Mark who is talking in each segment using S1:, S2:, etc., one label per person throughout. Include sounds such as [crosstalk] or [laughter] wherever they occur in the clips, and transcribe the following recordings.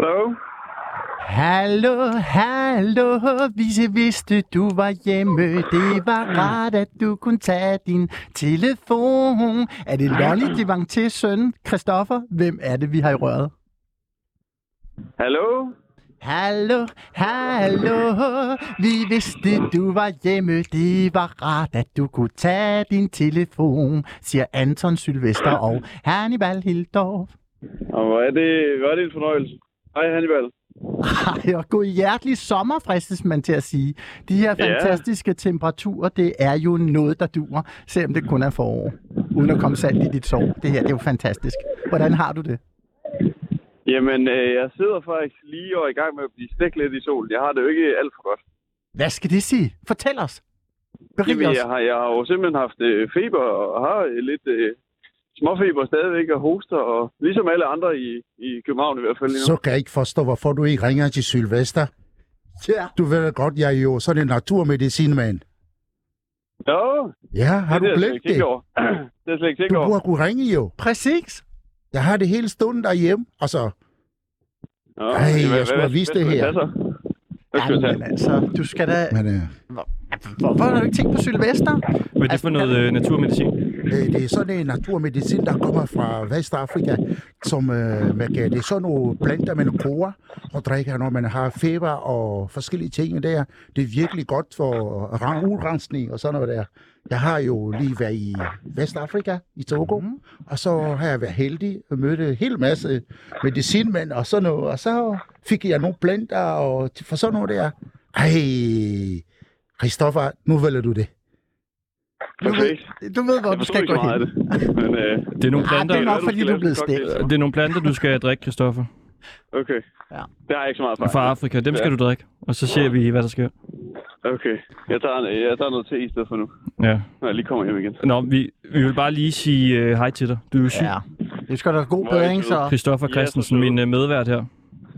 S1: Hallo?
S2: Hallo, hallo, vise vidste du var hjemme. Det var rart, at du kunne tage din telefon. Er det Lonnie Devang til søn, Christoffer? Hvem er det, vi har i røret?
S1: Hallo?
S2: Hallo, hallo, vi vidste du var hjemme. Det var rart, at du kunne tage din telefon, siger Anton Sylvester og Hannibal Hildorf.
S1: Og hvor er det, hvor er det en fornøjelse. Hej Hannibal.
S2: Ej, og god hjertelig sommer, fristes man til at sige. De her
S1: Ja.
S2: fantastiske temperaturer, det er jo noget, der duer, selvom det kun er forår. Uden at komme salt i dit sår. Det her, det er jo fantastisk. Hvordan har du det?
S1: Jamen, øh, jeg sidder faktisk lige og er i gang med at blive stegt lidt i solen. Jeg har det jo ikke alt for godt.
S2: Hvad skal det sige? Fortæl os. Berig
S1: Jamen,
S2: os.
S1: jeg har, jeg har jo simpelthen haft øh, feber og har øh, lidt øh, småfeber stadigvæk og hoster. Og ligesom alle andre i, i København i hvert fald. lige nu.
S3: Så kan jeg ikke forstå, hvorfor du ikke ringer til Sylvester.
S2: Ja.
S3: Du ved da godt, jeg er jo sådan en naturmedicinmand.
S1: Nå,
S3: Ja, har du
S1: det er jeg slet
S3: glemt
S1: ikke tænkt
S3: det?
S1: over. [clears throat] det er jeg slet ikke tænkt
S3: Du
S1: over.
S3: burde kunne ringe jo.
S2: Præcis.
S3: Jeg har det hele stunden derhjemme. Altså,
S1: Nå,
S3: Ej, jeg skulle have vist det her.
S1: Hvad skal jeg tage?
S2: Jamen, altså, du skal da...
S3: men øh,
S2: Hvorfor har du ikke tænkt på Sylvester?
S4: Hvad er det
S2: Altså,
S4: for noget øh, naturmedicin?
S3: øh, det er sådan en naturmedicin, der kommer fra Vestafrika, som øh, man kan, det er sådan nogle planter, man koger og drikker, når man har feber og forskellige ting der. Det er virkelig godt for ran- udrensning og sådan noget der. Jeg har jo lige været i Vestafrika, i Togo, mm. og så har jeg været heldig og mødt en hel masse medicinmænd og sådan noget, og så fik jeg nogle planter og for sådan noget der. Ej, Christoffer, nu vælger du det.
S1: Perfekt.
S2: Du ved, hvor
S1: Jeg
S2: du
S1: forstod
S2: skal
S1: ikke
S2: gå
S1: så meget af
S2: hen.
S1: det. Men, øh,
S4: Det er nogle
S2: Ah,
S4: planter,
S2: det er nok,
S1: du
S2: fordi du
S1: skal
S2: er
S1: lave
S2: blevet
S1: sådan en
S2: stegt.
S1: cocktail.
S4: det er nogle planter du skal drikke, Christoffer.
S1: okay.
S2: Ja.
S1: Der er ikke så meget
S4: Fra
S1: fejl.
S4: Afrika. Dem
S1: Ja.
S4: skal du drikke. Og så ser vi, hvad der sker.
S1: Okay. Jeg tager, en- jeg tager noget te i stedet for nu,
S4: Ja.
S1: når jeg lige kommer hjem igen.
S4: Nå, vi, vi vil bare lige sige øh, hej til dig. Du er jo syg.
S2: Ja. Det skal da god
S1: Må jeg
S2: bedring,
S1: ikke
S2: så.
S4: Christoffer
S1: Ja,
S4: Christensen,
S1: for sødt.
S4: min øh, medvært her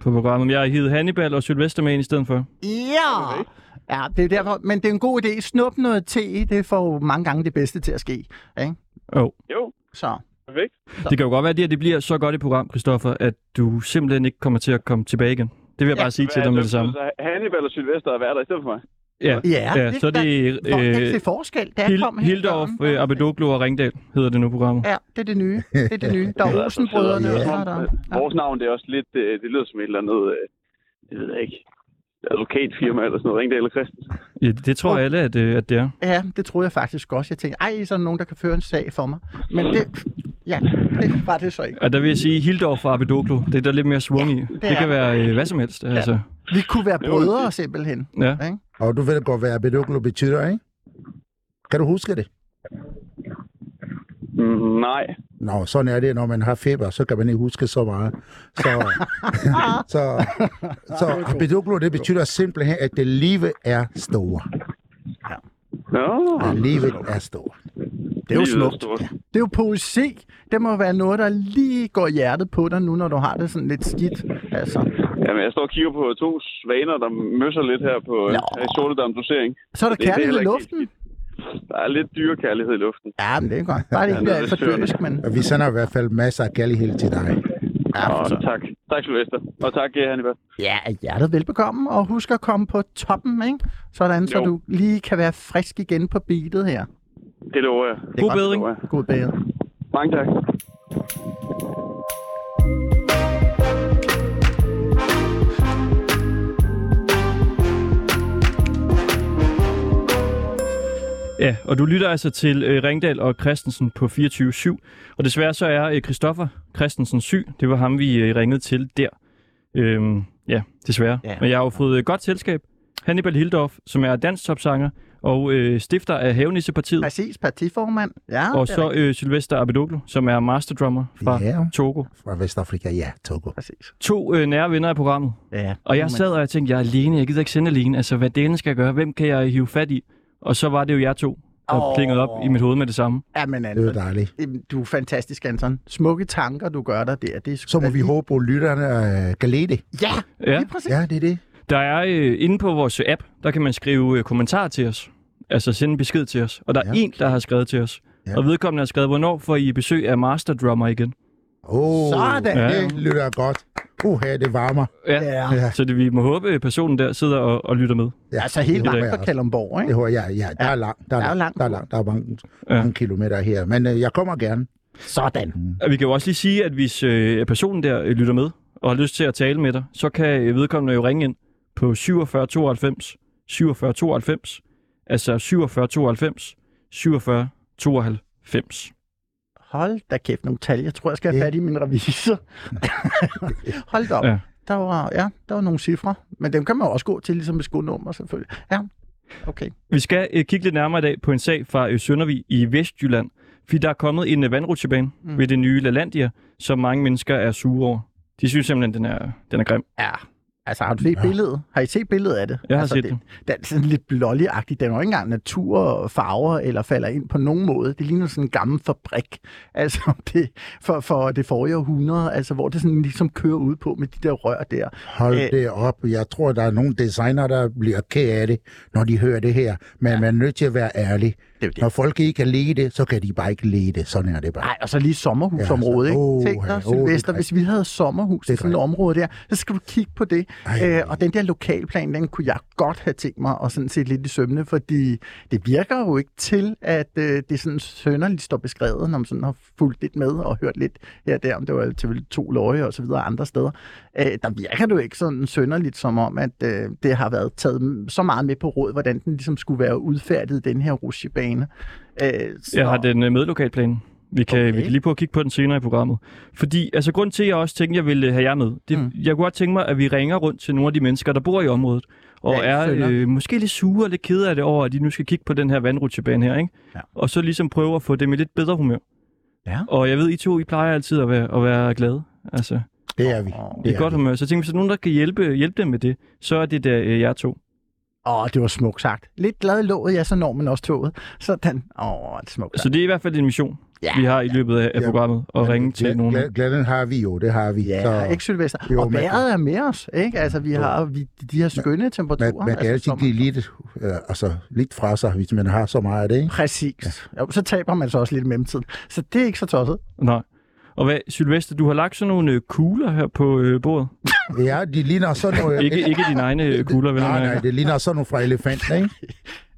S4: på programmet. Jeg har hivet Hannibal og Sylvester med ind i stedet for.
S2: Ja! Ja, det er derfor, men det er en god idé. Snup noget te, det får jo mange gange det bedste til at ske. Ikke?
S4: Oh.
S1: Jo,
S2: Så.
S1: perfekt.
S4: Det kan jo godt være, at det, her, det bliver så godt et program, Christoffer, at du simpelthen ikke kommer til at komme tilbage igen. Det vil jeg
S2: Ja.
S4: bare sige til
S1: Hvad er
S4: dig med det samme.
S1: Så Hannibal og Sylvester er værter i stedet for mig.
S4: Ja,
S2: Ja,
S4: ja så er det
S2: Hvor øh, kan
S4: øh,
S2: se forskel? Der kom
S4: Hil-
S2: helt
S4: Hildorf,
S2: børn.
S4: øh, Abedoglu og Ringdal hedder det nu programmet.
S2: Ja, det er det nye. Det er det nye. Der er Rosenbrødrene, og så er der...
S1: Ja. Altså, øh, Vores navn, det er også lidt, øh, det lyder som et eller andet, øh, det ved jeg ikke, advokatfirma eller sådan noget, Ringdal eller Christensen.
S4: Ja, det tror alle, at, øh, at det er.
S2: Ja, det troede jeg faktisk også. Jeg tænkte, ej, så er der nogen, der kan føre en sag for mig. Men det, ja, det var det så ikke.
S4: Og der vil jeg sige Hildorf og Abedoglu. Det er der lidt mere swung i. Det,
S2: er
S4: kan være øh, hvad som helst. Altså.
S2: Vi kunne være brødre simpelthen.
S4: Ja.
S2: Ikke?
S3: Og du ved godt, hvad Abedoglu betyder, ikke? Kan du huske det?
S1: Mm, nej.
S3: Nå, sådan er det, når man har feber, så kan man ikke huske så meget. Så, så, så Abedoglu, det betyder simpelthen, at det livet er store.
S1: Nå,
S3: At livet er store.
S2: Det er jo
S1: livet
S2: smukt.
S1: stort.
S2: Det er jo poesi. Det må være noget, der lige går hjertet på dig nu, når du har det sådan lidt skidt. Altså.
S1: Jamen, jeg står og kigger på to svaner, der møsser lidt her på øh,
S2: Nå.
S1: her i Soledam Dosering.
S2: Så er der
S1: Det- det er
S2: kærlighed
S1: heller
S2: i
S1: ikke
S2: luften.
S1: helt Der er lidt dyrekærlighed i luften.
S2: Ja, men det er godt. Bare det ikke
S1: Ja,
S2: bliver
S1: det
S2: for
S1: er svært.
S2: dyrisk, men...
S3: Og vi sender i hvert fald masser af kærlighed til dig.
S2: Ja, for
S1: Og
S2: så.
S1: tak. Tak, Sylvester. Og tak, øh, Hannibal.
S2: ja, af hjertet velbekomme, og husk at komme på toppen, ikke? Sådan, så
S1: Jo.
S2: du lige kan være frisk igen på beatet her.
S1: Det lover jeg.
S4: God
S2: godt.
S4: bedring.
S1: lover jeg.
S2: God bedring.
S1: Mange tak.
S4: Ja, og du lytter altså til øh, Ringdal og Christensen på 24-7. Og desværre så er øh, Christoffer Christensen syg. Det var ham, vi øh, ringede til der. Øhm, ja, desværre.
S2: Ja.
S4: Ja. Men jeg har jo fået øh, godt selskab. Hannibal Hildorf, som er danstopsanger og øh, stifter af Havnissepartiet.
S2: Præcis, partiformand. Ja,
S4: og
S2: det er
S4: så
S2: rigtigt.
S4: øh, Sylvester Abedoglu, som er masterdrummer fra
S3: Ja.
S4: Togo.
S3: Fra Vestafrika, ja, Togo.
S2: Præcis.
S4: To øh, nære venner af programmet.
S2: Ja.
S4: Og jeg sad og jeg tænkte, jeg er alene, jeg gider ikke sende alene. Altså, hvad delen skal jeg gøre? Hvem kan jeg hive fat i? Og så var det jo jer to, der
S2: Åh.
S4: oh. plingede op i mit hoved med det samme.
S2: Ja, men
S3: Det er
S2: Anton,
S3: dejligt.
S2: jamen, du er fantastisk, Anton. Smukke tanker, du gør dig der. Det er sgu
S3: Så må
S2: da
S3: vi
S2: lige-
S3: håbe, at lytterne øh, kan lide det.
S2: Ja,
S4: Ja.
S2: lige præcis.
S3: Ja, det er det.
S4: Der er øh, inde på vores app, der kan man skrive øh, kommentarer til os. Altså sende en besked til os. Og der er
S3: Ja.
S4: en, der har skrevet til os.
S3: Ja.
S4: Og vedkommende har skrevet, hvornår får I besøg af Masterdrummer igen?
S3: Oh,
S2: Sådan.
S3: Ja. Det lytter godt. Uha, det varmer.
S4: Ja.
S2: Ja.
S3: Ja.
S4: Så det, vi må håbe, at personen der sidder og, og lytter med.
S3: Ja,
S2: Altså helt
S3: det håber
S2: langt
S3: jeg
S2: fra
S3: også.
S2: Kalundborg,
S3: Det
S2: ikke?
S3: håber jeg, ja. Der er langt. Der
S2: Der er
S3: er
S2: jo langt.
S3: langt. Der er langt. Der er mange,
S4: Ja.
S3: mange kilometer her. Men øh, jeg kommer gerne.
S2: Sådan.
S4: Og vi kan jo også lige sige, at hvis øh, personen der øh, lytter med og har lyst til at tale med dig, så kan øh, vedkommende jo ringe ind på 47 92 47 92, altså 47 92 47 92.
S2: Hold da kæft, nogle tal. Jeg tror, jeg skal have
S3: Ja.
S2: fat i min [laughs] revisor. Hold da op.
S4: Ja.
S2: Ja. Der, var, ja, der var nogle cifre, men dem kan man jo også gå til, ligesom med skonummer selvfølgelig. Ja, okay.
S4: Vi skal øh, kigge lidt nærmere i dag på en sag fra øh, Søndervig i Vestjylland, fordi der er kommet en øh, vandrutsjebane mm.
S2: Mm.
S4: ved det nye Lalandia, som mange mennesker er sure over. De synes simpelthen, den er, den er grim.
S2: Ja, altså har du set
S3: Ja.
S2: billedet? Har I set billedet af det?
S4: Jeg har
S2: altså,
S4: set
S2: det. Den er sådan lidt blålig-agtig. Den er jo ikke engang natur og farver eller falder ind på nogen måde. Det ligner sådan en gammel fabrik [laughs] altså, det, for, for det forrige århundrede, altså, hvor det sådan ligesom kører ud på med de der rør der.
S3: Hold
S2: Øh.
S3: øh. det op. Jeg tror, der er nogle designer, der bliver ked af det, når de hører det her. Men ja. man er nødt til at være ærlig.
S2: Det er jo det.
S3: Når folk ikke kan lide det, så kan de bare ikke lide det. Sådan er det bare.
S2: Nej, og så lige sommerhusområdet,
S3: Ja,
S2: ikke?
S3: altså,
S2: Tænk dig,
S3: åh, ja, åh, det er
S2: Sylvester,
S3: rigtigt.
S2: hvis vi havde sommerhus i
S3: Det er
S2: sådan et område der, så skal du kigge på det.
S3: Ej.
S2: Øh, og den der lokalplan, den kunne jeg godt have tænkt mig at sådan set lidt i sømne, fordi det virker jo ikke til, at øh, det sådan sønderligt står beskrevet, når man sådan har fulgt lidt med og hørt lidt her og der, om det var til to løje og så videre andre steder. Øh, der virker det jo ikke sådan sønderligt, som om, at øh, det har været taget så meget med på råd, hvordan den ligesom skulle være udfærdiget, den her rutsjebane. Øh, så-
S4: Jeg har den øh, med lokalplanen. Vi kan, okay.
S2: Okay.
S4: vi kan lige prøve at kigge på den senere i programmet. Fordi, altså grund til, at jeg også tænkte, at jeg ville øh, have jer med, det, mm.
S2: Mm.
S4: jeg kunne godt tænke mig, at vi ringer rundt til nogle af de mennesker, der bor i området, og
S2: Ja,
S4: ja, er
S2: selvfølgelig.
S4: øh, måske lidt sure og lidt kede af det over, at de nu skal kigge på den her vandrutsjebane her, ikke?
S2: Ja.
S4: Og så ligesom prøve at få dem i lidt bedre humør.
S2: Ja.
S4: Og jeg ved, I to, I plejer altid at være, at være glade. Altså,
S3: Det er vi.
S4: det
S3: Det
S4: er
S3: er
S4: godt
S3: vi.
S4: humør. Så tænkte vi, hvis der er nogen, der kan hjælpe, hjælpe dem med det, så er det der øh, jer to.
S2: Åh, det var smukt sagt. Lidt glad i låget, ja, så når man også toget. Sådan. Åh, det er smukt
S4: Så
S2: sagt.
S4: det er i hvert fald en mission,
S2: Ja.
S4: vi har i løbet af, af
S3: Ja.
S4: programmet, at ringe
S3: Glæ-
S4: til nogen.
S3: glæ- Glæden har vi jo, det har vi.
S2: Ja, så... ikke Sylvester?
S3: Jo,
S2: og
S3: men-
S2: vejret er med os, ikke? Altså, vi har vi, de her skønne temperaturer.
S3: man, man kan
S2: altså,
S3: altid
S2: sommer-
S3: give lidt, øh, altså, lidt fra sig, hvis man har så meget af det.
S2: [laughs]
S3: Ikke?
S2: Præcis. Jo, så taber man så også lidt i mellemtiden. Så det er ikke så tosset.
S4: Nej. Og hvad, Sylvester, du har lagt sådan nogle øh, kugler her på øh, bordet.
S3: Ja, de ligner sådan noget...
S4: Ikke, ikke dine egne øh, kugler, vel?
S3: nej, nej, det ligner sådan noget fra elefanten, ikke?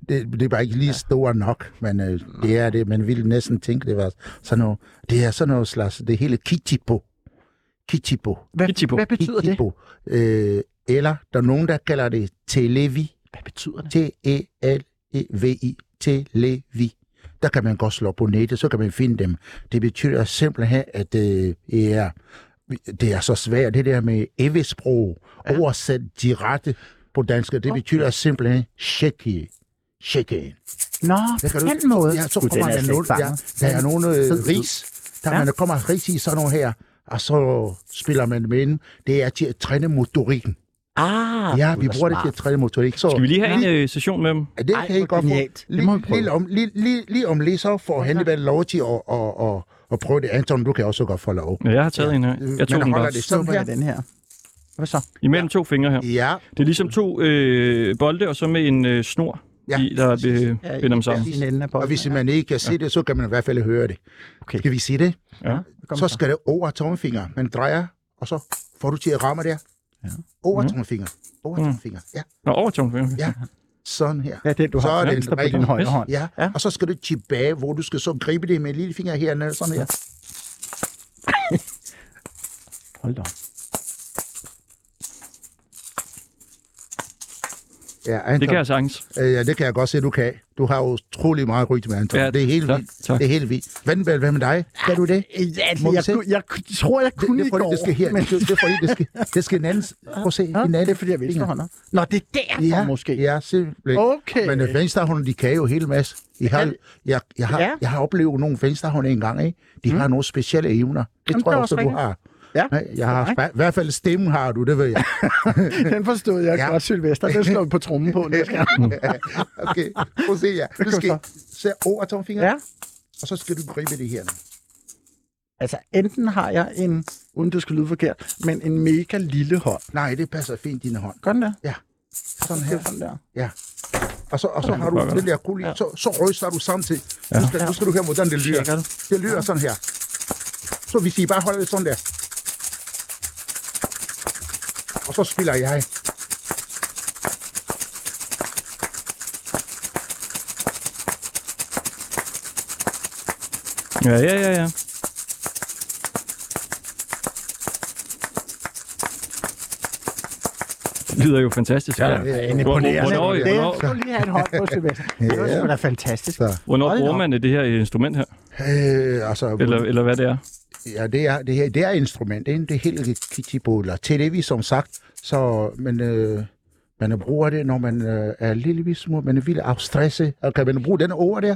S3: Det, det er bare ikke lige store nok, men øh, det er det. Man ville næsten tænke, det var sådan noget... Det er sådan noget slags... Det hele kitipo. Kitipo.
S2: Hvad,
S4: Kittibo.
S2: hvad betyder det?
S3: Kitipo. Øh, eller der er nogen, der kalder det televi.
S2: Hvad betyder det?
S3: T-E-L-E-V-I. Televi. Der kan man godt slå på nettet, så kan man finde dem. Det betyder simpelthen, at det er, det er så svært, det der med evisprog, ja. oversat direkte på dansk, det betyder simpelthen shaky. Shaky.
S2: Nå,
S3: Det kan
S2: på
S3: du-
S2: den måde.
S3: Ja, så
S2: Gud, den
S3: kommer
S2: er
S3: der
S2: slet
S3: nogle,
S2: ikke
S3: ja,
S2: fanget.
S3: der er nogle øh,
S2: Fed.
S3: ris, der
S2: Ja.
S3: ja. man kommer ris i sådan nogle her, og så spiller man med den. Det er til at træne motorikken.
S2: Ah,
S3: Ja,
S2: Gud,
S3: vi
S2: hvor
S3: bruger det til at
S2: smart.
S3: træne motorik. Så
S4: Skal vi lige have en øh, session med dem?
S3: Ja, det
S2: Ej,
S3: kan I
S2: hvor
S3: godt få.
S2: genialt. Det må vi
S3: Lige,
S2: prøve.
S3: lige, om, lige, lige, lige om lidt, så får Hannibal lov til at, at, at, at prøve det. Anton, du kan også godt få lov.
S4: Ja, jeg har taget ja. en her. Jeg tog
S3: Man
S4: den
S3: holder
S4: bare.
S3: det
S2: Så
S3: sådan
S2: her
S3: her.
S2: den her. Hvad så?
S4: Imellem to fingre her.
S3: Ja,
S4: Det er ligesom to øh, bolde, og så med en øh, snor,
S3: Ja.
S4: i, der øh,
S2: Ja, i-
S4: binder dem sammen.
S2: i den ende af bolden,
S3: og hvis
S2: ja.
S3: man ikke kan se det, så kan man i hvert fald høre det.
S2: Okay.
S3: Skal vi se det?
S4: Ja.
S2: Kom
S3: Så skal det over tommelfinger. Man drejer, og så får du til at ramme der.
S2: Ja. Mhm.
S3: Over tommelfinger. Over tommelfinger. Ja,
S4: Nå, over to fingre.
S3: ja. Sådan her.
S2: Ja, det du
S3: Så
S2: har
S3: er det en
S2: venstre på
S3: rigtig-
S2: din højre hånd.
S3: Ja.
S2: Ja.
S3: ja, og så skal du tilbage, hvor du skal så gribe det med en lille finger hernede, sådan her.
S2: Hold da op.
S3: Ja, Anton,
S4: Det kan jeg sagtens.
S3: Øh, Ja, det kan jeg godt se, du kan. Du har jo utrolig meget rytme, Anton.
S4: Ja,
S3: Ja, det er helt
S4: tak,
S3: vildt.
S4: tak.
S3: Det er helt vildt. Hvad, hvad, hvad med dig? Kan du det?
S2: Ja, altså,
S3: Må vi
S2: jeg,
S3: se?
S2: kunne- jeg, kunne- tror, jeg
S3: Det,
S2: kunne
S3: det,
S2: i
S3: får,
S2: går.
S3: det skal her.
S2: men-
S3: Det, det, får, det skal, det skal en anden... Prøv at se, en
S2: Nå,
S3: anden.
S2: det er, fordi jeg venstre
S3: finger.
S2: hånder. Nå, det er derfor
S3: Ja,
S2: måske.
S3: ja, simpelthen.
S2: Okay.
S3: Men øh, venstrehånden, de kan jo helt masse. I har, jeg, jeg, har,
S2: Ja. Mm.
S3: jeg har oplevet nogle venstrehånder engang, ikke? De har nogle specielle evner. Det
S2: Jamen,
S3: tror
S2: det
S3: jeg
S2: er
S3: også,
S2: også
S3: du har.
S2: Ja.
S3: Jeg har, i hvert fald stemmen har du, det ved jeg.
S2: Den forstod jeg ja.
S3: Ja.
S2: godt, Sylvester. Den slår vi på trommen [laughs] på næste gang.
S3: [laughs] Okay, prøv at se her. Nu skal jeg se over tomfingeren,
S2: Ja.
S3: ja. og så skal du gribe det her.
S2: Altså, enten har jeg en, uden det skal lyde forkert, men en mega lille hånd.
S3: Nej, det passer fint i din hånd.
S2: Gør den der?
S3: Ja, sådan
S2: Det
S3: her.
S2: er sådan der.
S3: Ja. Og så, og så har du
S4: fucker.
S3: den der kugle, så, så ryster du samtidig. Ja. Nu, skal, nu skal du høre, hvordan det lyder.
S2: Tjekker du?
S3: Det lyder sådan her. Så Så hvis I bare holder det sådan der. Og så spiller jeg.
S4: Ja, ja, ja, ja. Det lyder jo fantastisk.
S3: Ja, det er
S4: imponerende. Hvornår,
S2: det
S4: hvornår,
S2: er skulle lige have en hånd på Sebastian. Det var sgu da fantastisk.
S3: Så.
S4: hvornår
S2: Hold da
S4: bruger
S2: op.
S4: man det her instrument her?
S3: Øh, altså,
S4: Eller, eller hvad det er?
S3: Ja, det er det her det er instrument, ikke? det er helt kittiboler. Til det vi som sagt, så men øh, man bruger det, når man øh, er en lille bitte smule, man vil afstresse, og kan man bruge den ord der, ja.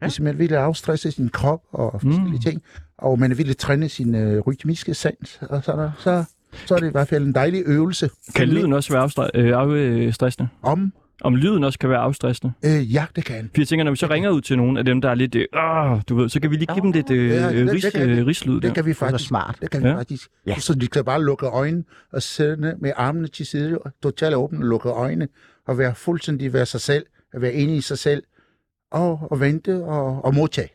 S3: hvis man vil afstresse sin krop og forskellige mm. ting, og man vil træne sin øh, rytmiske sans, og sådan noget, så, så er det i hvert fald en dejlig øvelse.
S4: Kan lyden også være afstre- øh, afstressende?
S3: Om,
S4: Om lyden også kan være afstressende?
S3: øh, ja, det kan.
S4: For jeg tænker, når vi så ringer ud til nogen af dem, der er lidt... Øh, "Åh", du ved, så kan vi lige give dem lidt øh,
S3: Ja, det-
S4: øh,
S3: det
S4: ris,
S3: kan vi.
S4: øh, rislyd
S3: Det
S4: der.
S3: kan vi
S2: Det var
S3: faktisk.
S2: smart.
S3: Det kan vi
S4: Ja.
S3: faktisk.
S2: Ja.
S3: Ja. Så de kan bare lukke øjnene og sidde med armene til side og totalt åbne og lukke øjnene og være fuldstændig være sig selv, at være inde i sig selv og, og vente og, og modtage.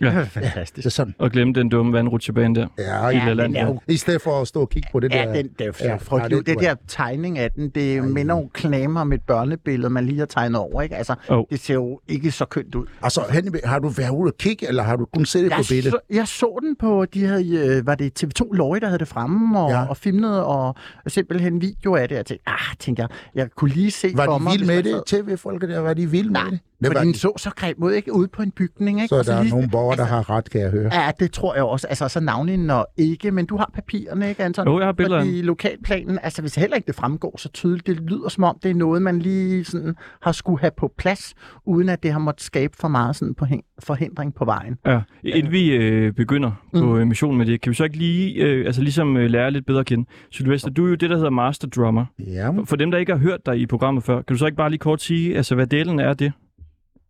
S2: Det var
S3: Det
S2: fantastisk.
S3: er sådan.
S4: Og glemme den dumme vandrutsjebane der.
S3: Ja, i,
S2: Ja,
S3: ja,
S4: den
S3: land,
S4: er
S3: ja.
S2: jo-
S3: I stedet for at stå og kigge på det
S2: Ja,
S3: der.
S2: den det er jo
S3: Ja,
S2: ja, frygtelig.
S3: ja,
S2: Det,
S3: det-
S2: der tegning af den, det minder jo klamer om et børnebillede, man lige har tegnet over. Ikke? Altså,
S4: Jo.
S2: Det ser jo ikke så kønt ud.
S3: Altså, Henning, har du været ude og kigge, eller har du kun set det på
S2: Jeg
S3: billedet?
S2: så, jeg så den på, de havde, øh, var det TV2 Løje, der havde det fremme og, ja.
S3: Ja.
S2: og filmede og, og simpelthen video af det. Jeg tænkte, ah, tænkte jeg, jeg kunne lige se for
S3: Var de
S2: mig,
S3: vilde
S2: hvis
S3: med
S2: man
S3: det?
S2: sad-
S3: TV-folket der, var de vilde med
S2: Nej,
S3: det?
S2: Men
S3: var
S2: Fordi den
S3: de-
S2: så så grim ud, ikke? Ude på en bygning, ikke?
S3: så
S2: Og
S3: der er
S2: lige-
S3: nogle borgere, der
S2: altså-
S3: har ret, kan jeg høre.
S2: Ja, det tror jeg også. Altså, så navnlig når ikke, men du har papirerne, ikke, Anton?
S4: Jo, jeg har billederne.
S2: Fordi lokalplanen, altså hvis heller ikke det fremgår så tydeligt, det lyder som om, det er noget, man lige sådan har skulle have på plads, uden at det har måttet skabe for meget sådan på forhindring på vejen.
S4: Ja. Inden vi øh, begynder
S3: Mm.
S4: på øh, missionen med det, kan vi så ikke lige øh, altså ligesom, øh, lære lidt bedre at kende? Sylvester, du er jo det, der hedder master drummer.
S3: Ja,
S4: For dem, der ikke har hørt dig i programmet før, kan du så ikke bare lige kort sige, altså, hvad delen er det?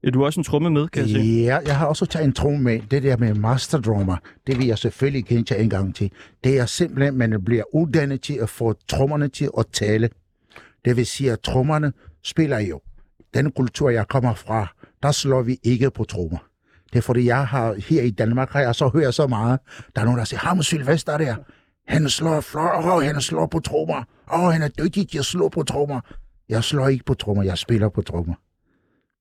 S4: Ja, du har også en tromme med, kan jeg se.
S3: Ja, jeg har også taget en tromme med. Det der med masterdrummer, det vil jeg selvfølgelig kende til en gang til. Det er simpelthen, at man bliver uddannet til at få trommerne til at tale. Det vil sige, at trommerne spiller jo. Den kultur, jeg kommer fra, der slår vi ikke på trommer. Det er fordi, jeg har her i Danmark, har jeg så hørt så meget. Der er nogen, der siger, ham Sylvester der, han slår flot, åh, han slår på trommer. Åh, han er dygtig til at slå på trommer. Jeg slår ikke på trommer, jeg spiller på trommer.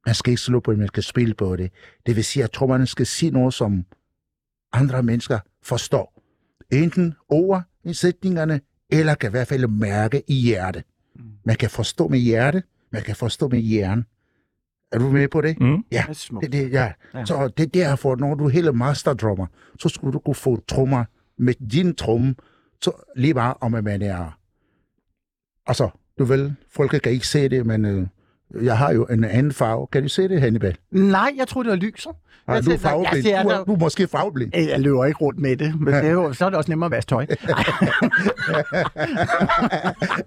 S3: Man skal ikke slå på det, man skal spille på det. Det vil sige, at trommerne skal sige noget, som andre mennesker forstår. Enten over i sætningerne, eller kan i hvert fald mærke i hjertet. Man kan forstå med hjerte, man kan forstå med hjernen. Er du med på det?
S4: Mm.
S3: Ja,
S2: Det er smukt.
S3: det, det, ja.
S2: Ja.
S3: ja. Så det er derfor, når du hele masterdrummer, så skulle du kunne få trommer med din tromme, så lige bare om, at man er... Altså, du vil, folk kan ikke se det, men øh, jeg har jo en anden farve. Kan du se det, Hannibal?
S2: Nej, jeg tror det var lyset.
S3: Har
S2: Jeg
S3: du er
S2: tænkte, nej, jeg
S3: farveblind?
S2: ser
S3: Du er,
S2: der-
S3: du er måske farveblind. [laughs]
S2: Øh, Jeg løber ikke rundt med det, men det er jo, så er det også nemmere at vaske tøj.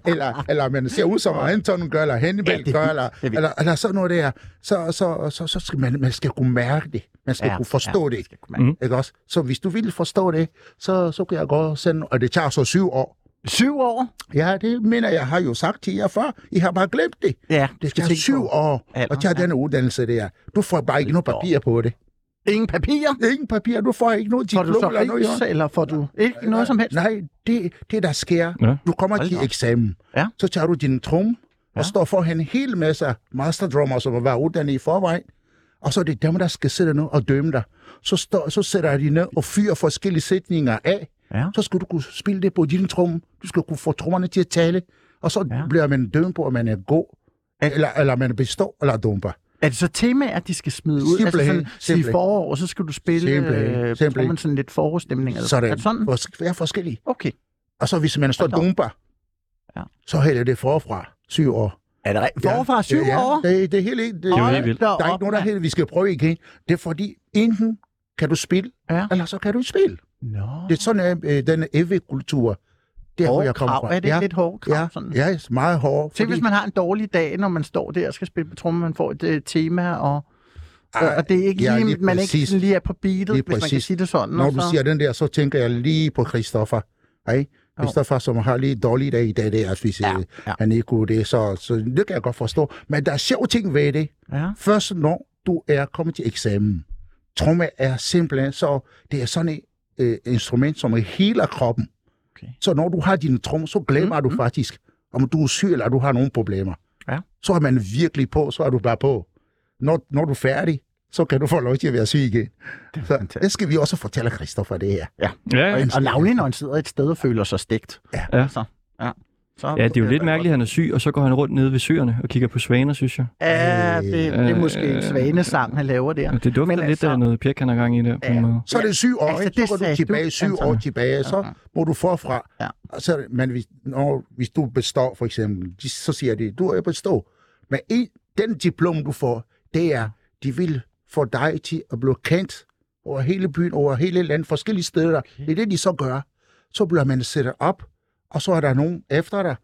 S3: eller, eller man ser ud som Anton gør, eller
S2: Ja,
S3: Hannibal
S2: det er
S3: gør,
S2: vildt.
S3: eller,
S2: Det er vildt.
S3: eller, eller sådan noget der. Så, så, så, så skal man, man skal kunne mærke det. Man skal kunne forstå det.
S2: skal
S4: Mm.
S2: kunne mærke
S3: Ikke også? Så hvis du vil forstå det, så, så kan jeg godt sende, og det tager så syv år.
S2: det. Syv år?
S3: Ja, det mener jeg, har jo sagt til jer før. I har bare glemt det.
S2: Ja,
S3: Det
S2: skal
S3: tager syv år
S2: Alder,
S3: at tage
S2: ja.
S3: den uddannelse der. Du får bare ikke noget
S2: Vildt år.
S3: papir på det.
S2: Ingen papirer?
S3: Ingen papir, du får ikke noget
S2: Får
S3: diplom
S2: du så
S3: eller noget. i hånden.
S2: ris, eller får du ikke noget som helst?
S3: Øh, Nej, det, det der sker,
S4: Ja.
S3: ja. du kommer
S2: Hold
S3: til
S2: da op.
S3: eksamen,
S2: Ja.
S3: så tager du din trum, og står foran en hel masse masterdrummer, som har været uddannet i forvejen, og så er det dem, der skal sidde nu og dømme dig. Så, står, så sætter de ned og fyrer forskellige sætninger af,
S2: Ja.
S3: så skal du kunne spille det på din trum, du skal kunne få trommerne til at tale, og så
S2: Ja.
S3: ja. bliver man dømt på, at man er god,
S2: At-
S3: eller, eller man består, eller dumper.
S2: Er det så temaer, de skal smide ud?
S3: Simpelthen,
S2: altså sådan, sige
S3: simpelthen.
S2: forår, og så skal du spille
S3: Simpelthen,
S2: øh,
S3: simpelthen.
S2: tror man sådan lidt forårsstemning? Eller, Er
S3: Sådan,
S2: det sådan?
S3: Fors- være forskellig.
S2: Okay.
S3: Og så hvis man står
S2: Hold da op.
S3: dumper,
S2: Ja.
S3: så hælder det forfra syv år.
S2: Er det rigtigt? Forfra syv
S3: ja,
S2: år?
S3: Det, det er helt, det, det
S4: jo
S2: Hold
S4: helt vildt.
S2: da
S3: Der er
S2: op,
S3: ikke nogen, der
S2: mand.
S3: helt, vi skal prøve igen. Det er fordi, enten kan du spille,
S2: Ja.
S3: eller så kan du ikke spille.
S2: Nå.
S3: Det er sådan, at øh, den EV-kultur, der hvor
S2: Hårde
S3: jeg kommer
S2: krav.
S3: fra.
S2: Er det ikke
S3: ja,
S2: lidt hårde krav?
S3: ja,
S2: Sådan?
S3: ja, yes, meget hård.
S2: Tænk, hvis man har en dårlig dag, når man står der og skal spille på trommer, man får et øh, tema, og, og, og det er ikke
S3: ja,
S2: lige,
S3: lige
S2: man ikke
S3: præcis.
S2: sådan lige er på beatet,
S3: Lige
S2: hvis man kan
S3: præcis.
S2: sige det sådan. altså.
S3: når
S2: og
S3: du
S2: så-
S3: siger den der, så tænker jeg lige på Christoffer. Hey? Christoffer, som har lige dårlig dag i dag, det er, at hvis ja,
S2: ja.
S3: ja. han ikke kunne det, så, så det kan jeg godt forstå. Men der er sjov ting ved det.
S2: Ja.
S3: Først når du er kommet til eksamen. Tromme er simpelthen så, det er sådan øh, instrument, som er hele af kroppen.
S2: Okay. Mm-hmm.
S3: Så når du har dine trommer, så glemmer mm. du faktisk, om du er syg eller du har nogle problemer.
S2: Ja.
S3: Så er man virkelig på, så er du bare på. Når, når du er færdig, så kan du få lov til at være syg igen. Det, så,
S2: fantastisk.
S3: det skal vi også fortælle Christoffer det her.
S4: Ja, ja.
S2: Og, og Lavli, når han sidder et sted og føler sig stegt.
S4: Ja.
S2: Så, ja. Så,
S4: ja, det er jo lidt mærkeligt, at han er syg, og så går han rundt nede ved søerne og kigger på svaner, synes jeg.
S2: Ja, det, det er måske en
S4: Øh,
S2: svanesang, han laver der.
S4: Og det dufter
S2: Men
S4: lidt
S2: altså-
S4: af noget pjek, han har gang i der. På
S2: Ja.
S4: en måde.
S3: Så er det syv år,
S2: Altså,
S3: altså,
S2: det
S3: så går
S2: sagde
S3: du
S2: du,
S3: tilbage, syv
S2: Anton.
S3: år tilbage, så
S2: Ja.
S3: må du forfra.
S2: Ja.
S3: Så, men hvis, når, hvis du består, for eksempel, de, så siger de, du er bestået. Men en, den diplom, du får, det er, de vil få dig til at blive kendt over hele byen, over hele landet, forskellige steder. Det er det, de så gør. Så bliver man sættet op, og så er der nogen efter dig,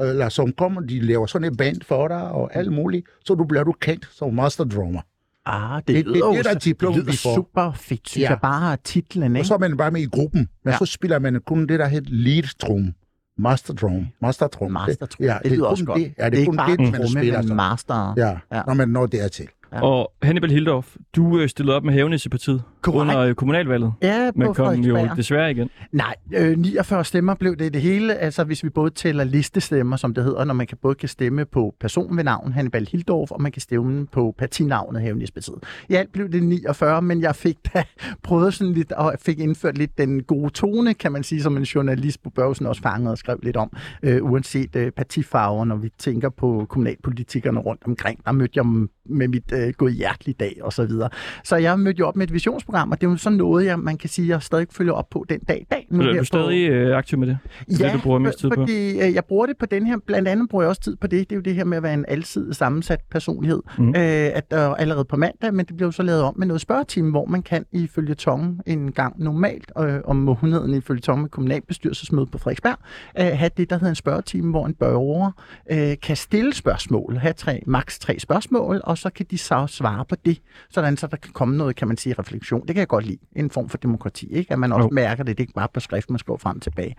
S3: eller som kommer, de laver sådan et band for dig, og
S2: Mm.
S3: alt muligt, så du bliver du kendt som master drummer.
S2: Ah, det,
S3: det-
S2: lyder jo
S3: det er der
S2: så-
S3: diplom,
S2: lyder
S3: vi får.
S2: super fedt, synes
S3: Ja.
S2: jeg. Bare titlen,
S3: Og
S2: ikke?
S3: så er man bare med i gruppen, men
S2: Ja.
S3: ja. så spiller man kun det, der hedder lead drum. Master drum. Master drum.
S2: Master
S3: det, ja,
S2: det, lyder
S3: er
S2: også
S3: kun
S2: godt.
S3: Det, ja, det,
S2: det er ikke
S3: kun
S2: bare
S3: det,
S2: en
S3: man
S2: tromme,
S3: spiller.
S2: men
S3: så.
S2: master.
S3: Ja,
S2: Ja.
S3: når man når dertil.
S2: Ja.
S4: Og Hannibal Hildorf, du øh, stillede op med Havnissepartiet
S2: Korrekt.
S4: under øh, kommunalvalget,
S2: Ja, på
S4: men kom jo
S2: Frederiksberg.
S4: desværre igen.
S2: Nej, øh, 49 stemmer blev det i det hele. Altså, hvis vi både tæller listestemmer, som det hedder, når man kan både kan stemme på personen ved navn Hannibal Hildorf, og man kan stemme på partinavnet Havnisbetidet. I alt blev det 49, men jeg fik da [laughs] prøvet sådan lidt, og fik indført lidt den gode tone, kan man sige, som en journalist på børsen også fangede og skrev lidt om, øh, uanset øh, partifarver, når vi tænker på kommunalpolitikerne rundt omkring. Der mødte jeg dem med mit øh, godhjertelige dag og så videre. Så jeg mødte jo op med et visionsprogram, og det er jo sådan noget, jeg, man kan sige, jeg stadig følger op på den dag i dag. Nu
S4: Du er
S2: her
S4: du
S2: på-
S4: stadig øh, aktiv med det? Det er det, du bruger mest tid på?
S2: fordi øh, jeg bruger det på den her, blandt andet bruger jeg også tid på det, det er jo det her med at være en alsidig sammensat personlighed, mm.
S4: Mhm.
S2: øh, at der er allerede på mandag, men det bliver jo så lavet om med noget spørgetime, hvor man kan ifølge tongen en gang normalt, øh, om måneden ifølge tongen med kommunalbestyrelsesmøde på Frederiksberg, øh, have det, der hedder en spørgetime, hvor en borger øh, kan stille spørgsmål, have tre, maks tre spørgsmål, og så kan de så svare på det, sådan så der kan komme noget, kan man sige, refleksion. Det kan jeg godt lide, en form for demokrati, ikke? at man også
S4: Jo.
S2: mærker det, det er ikke bare på skrift, man skriver frem og tilbage.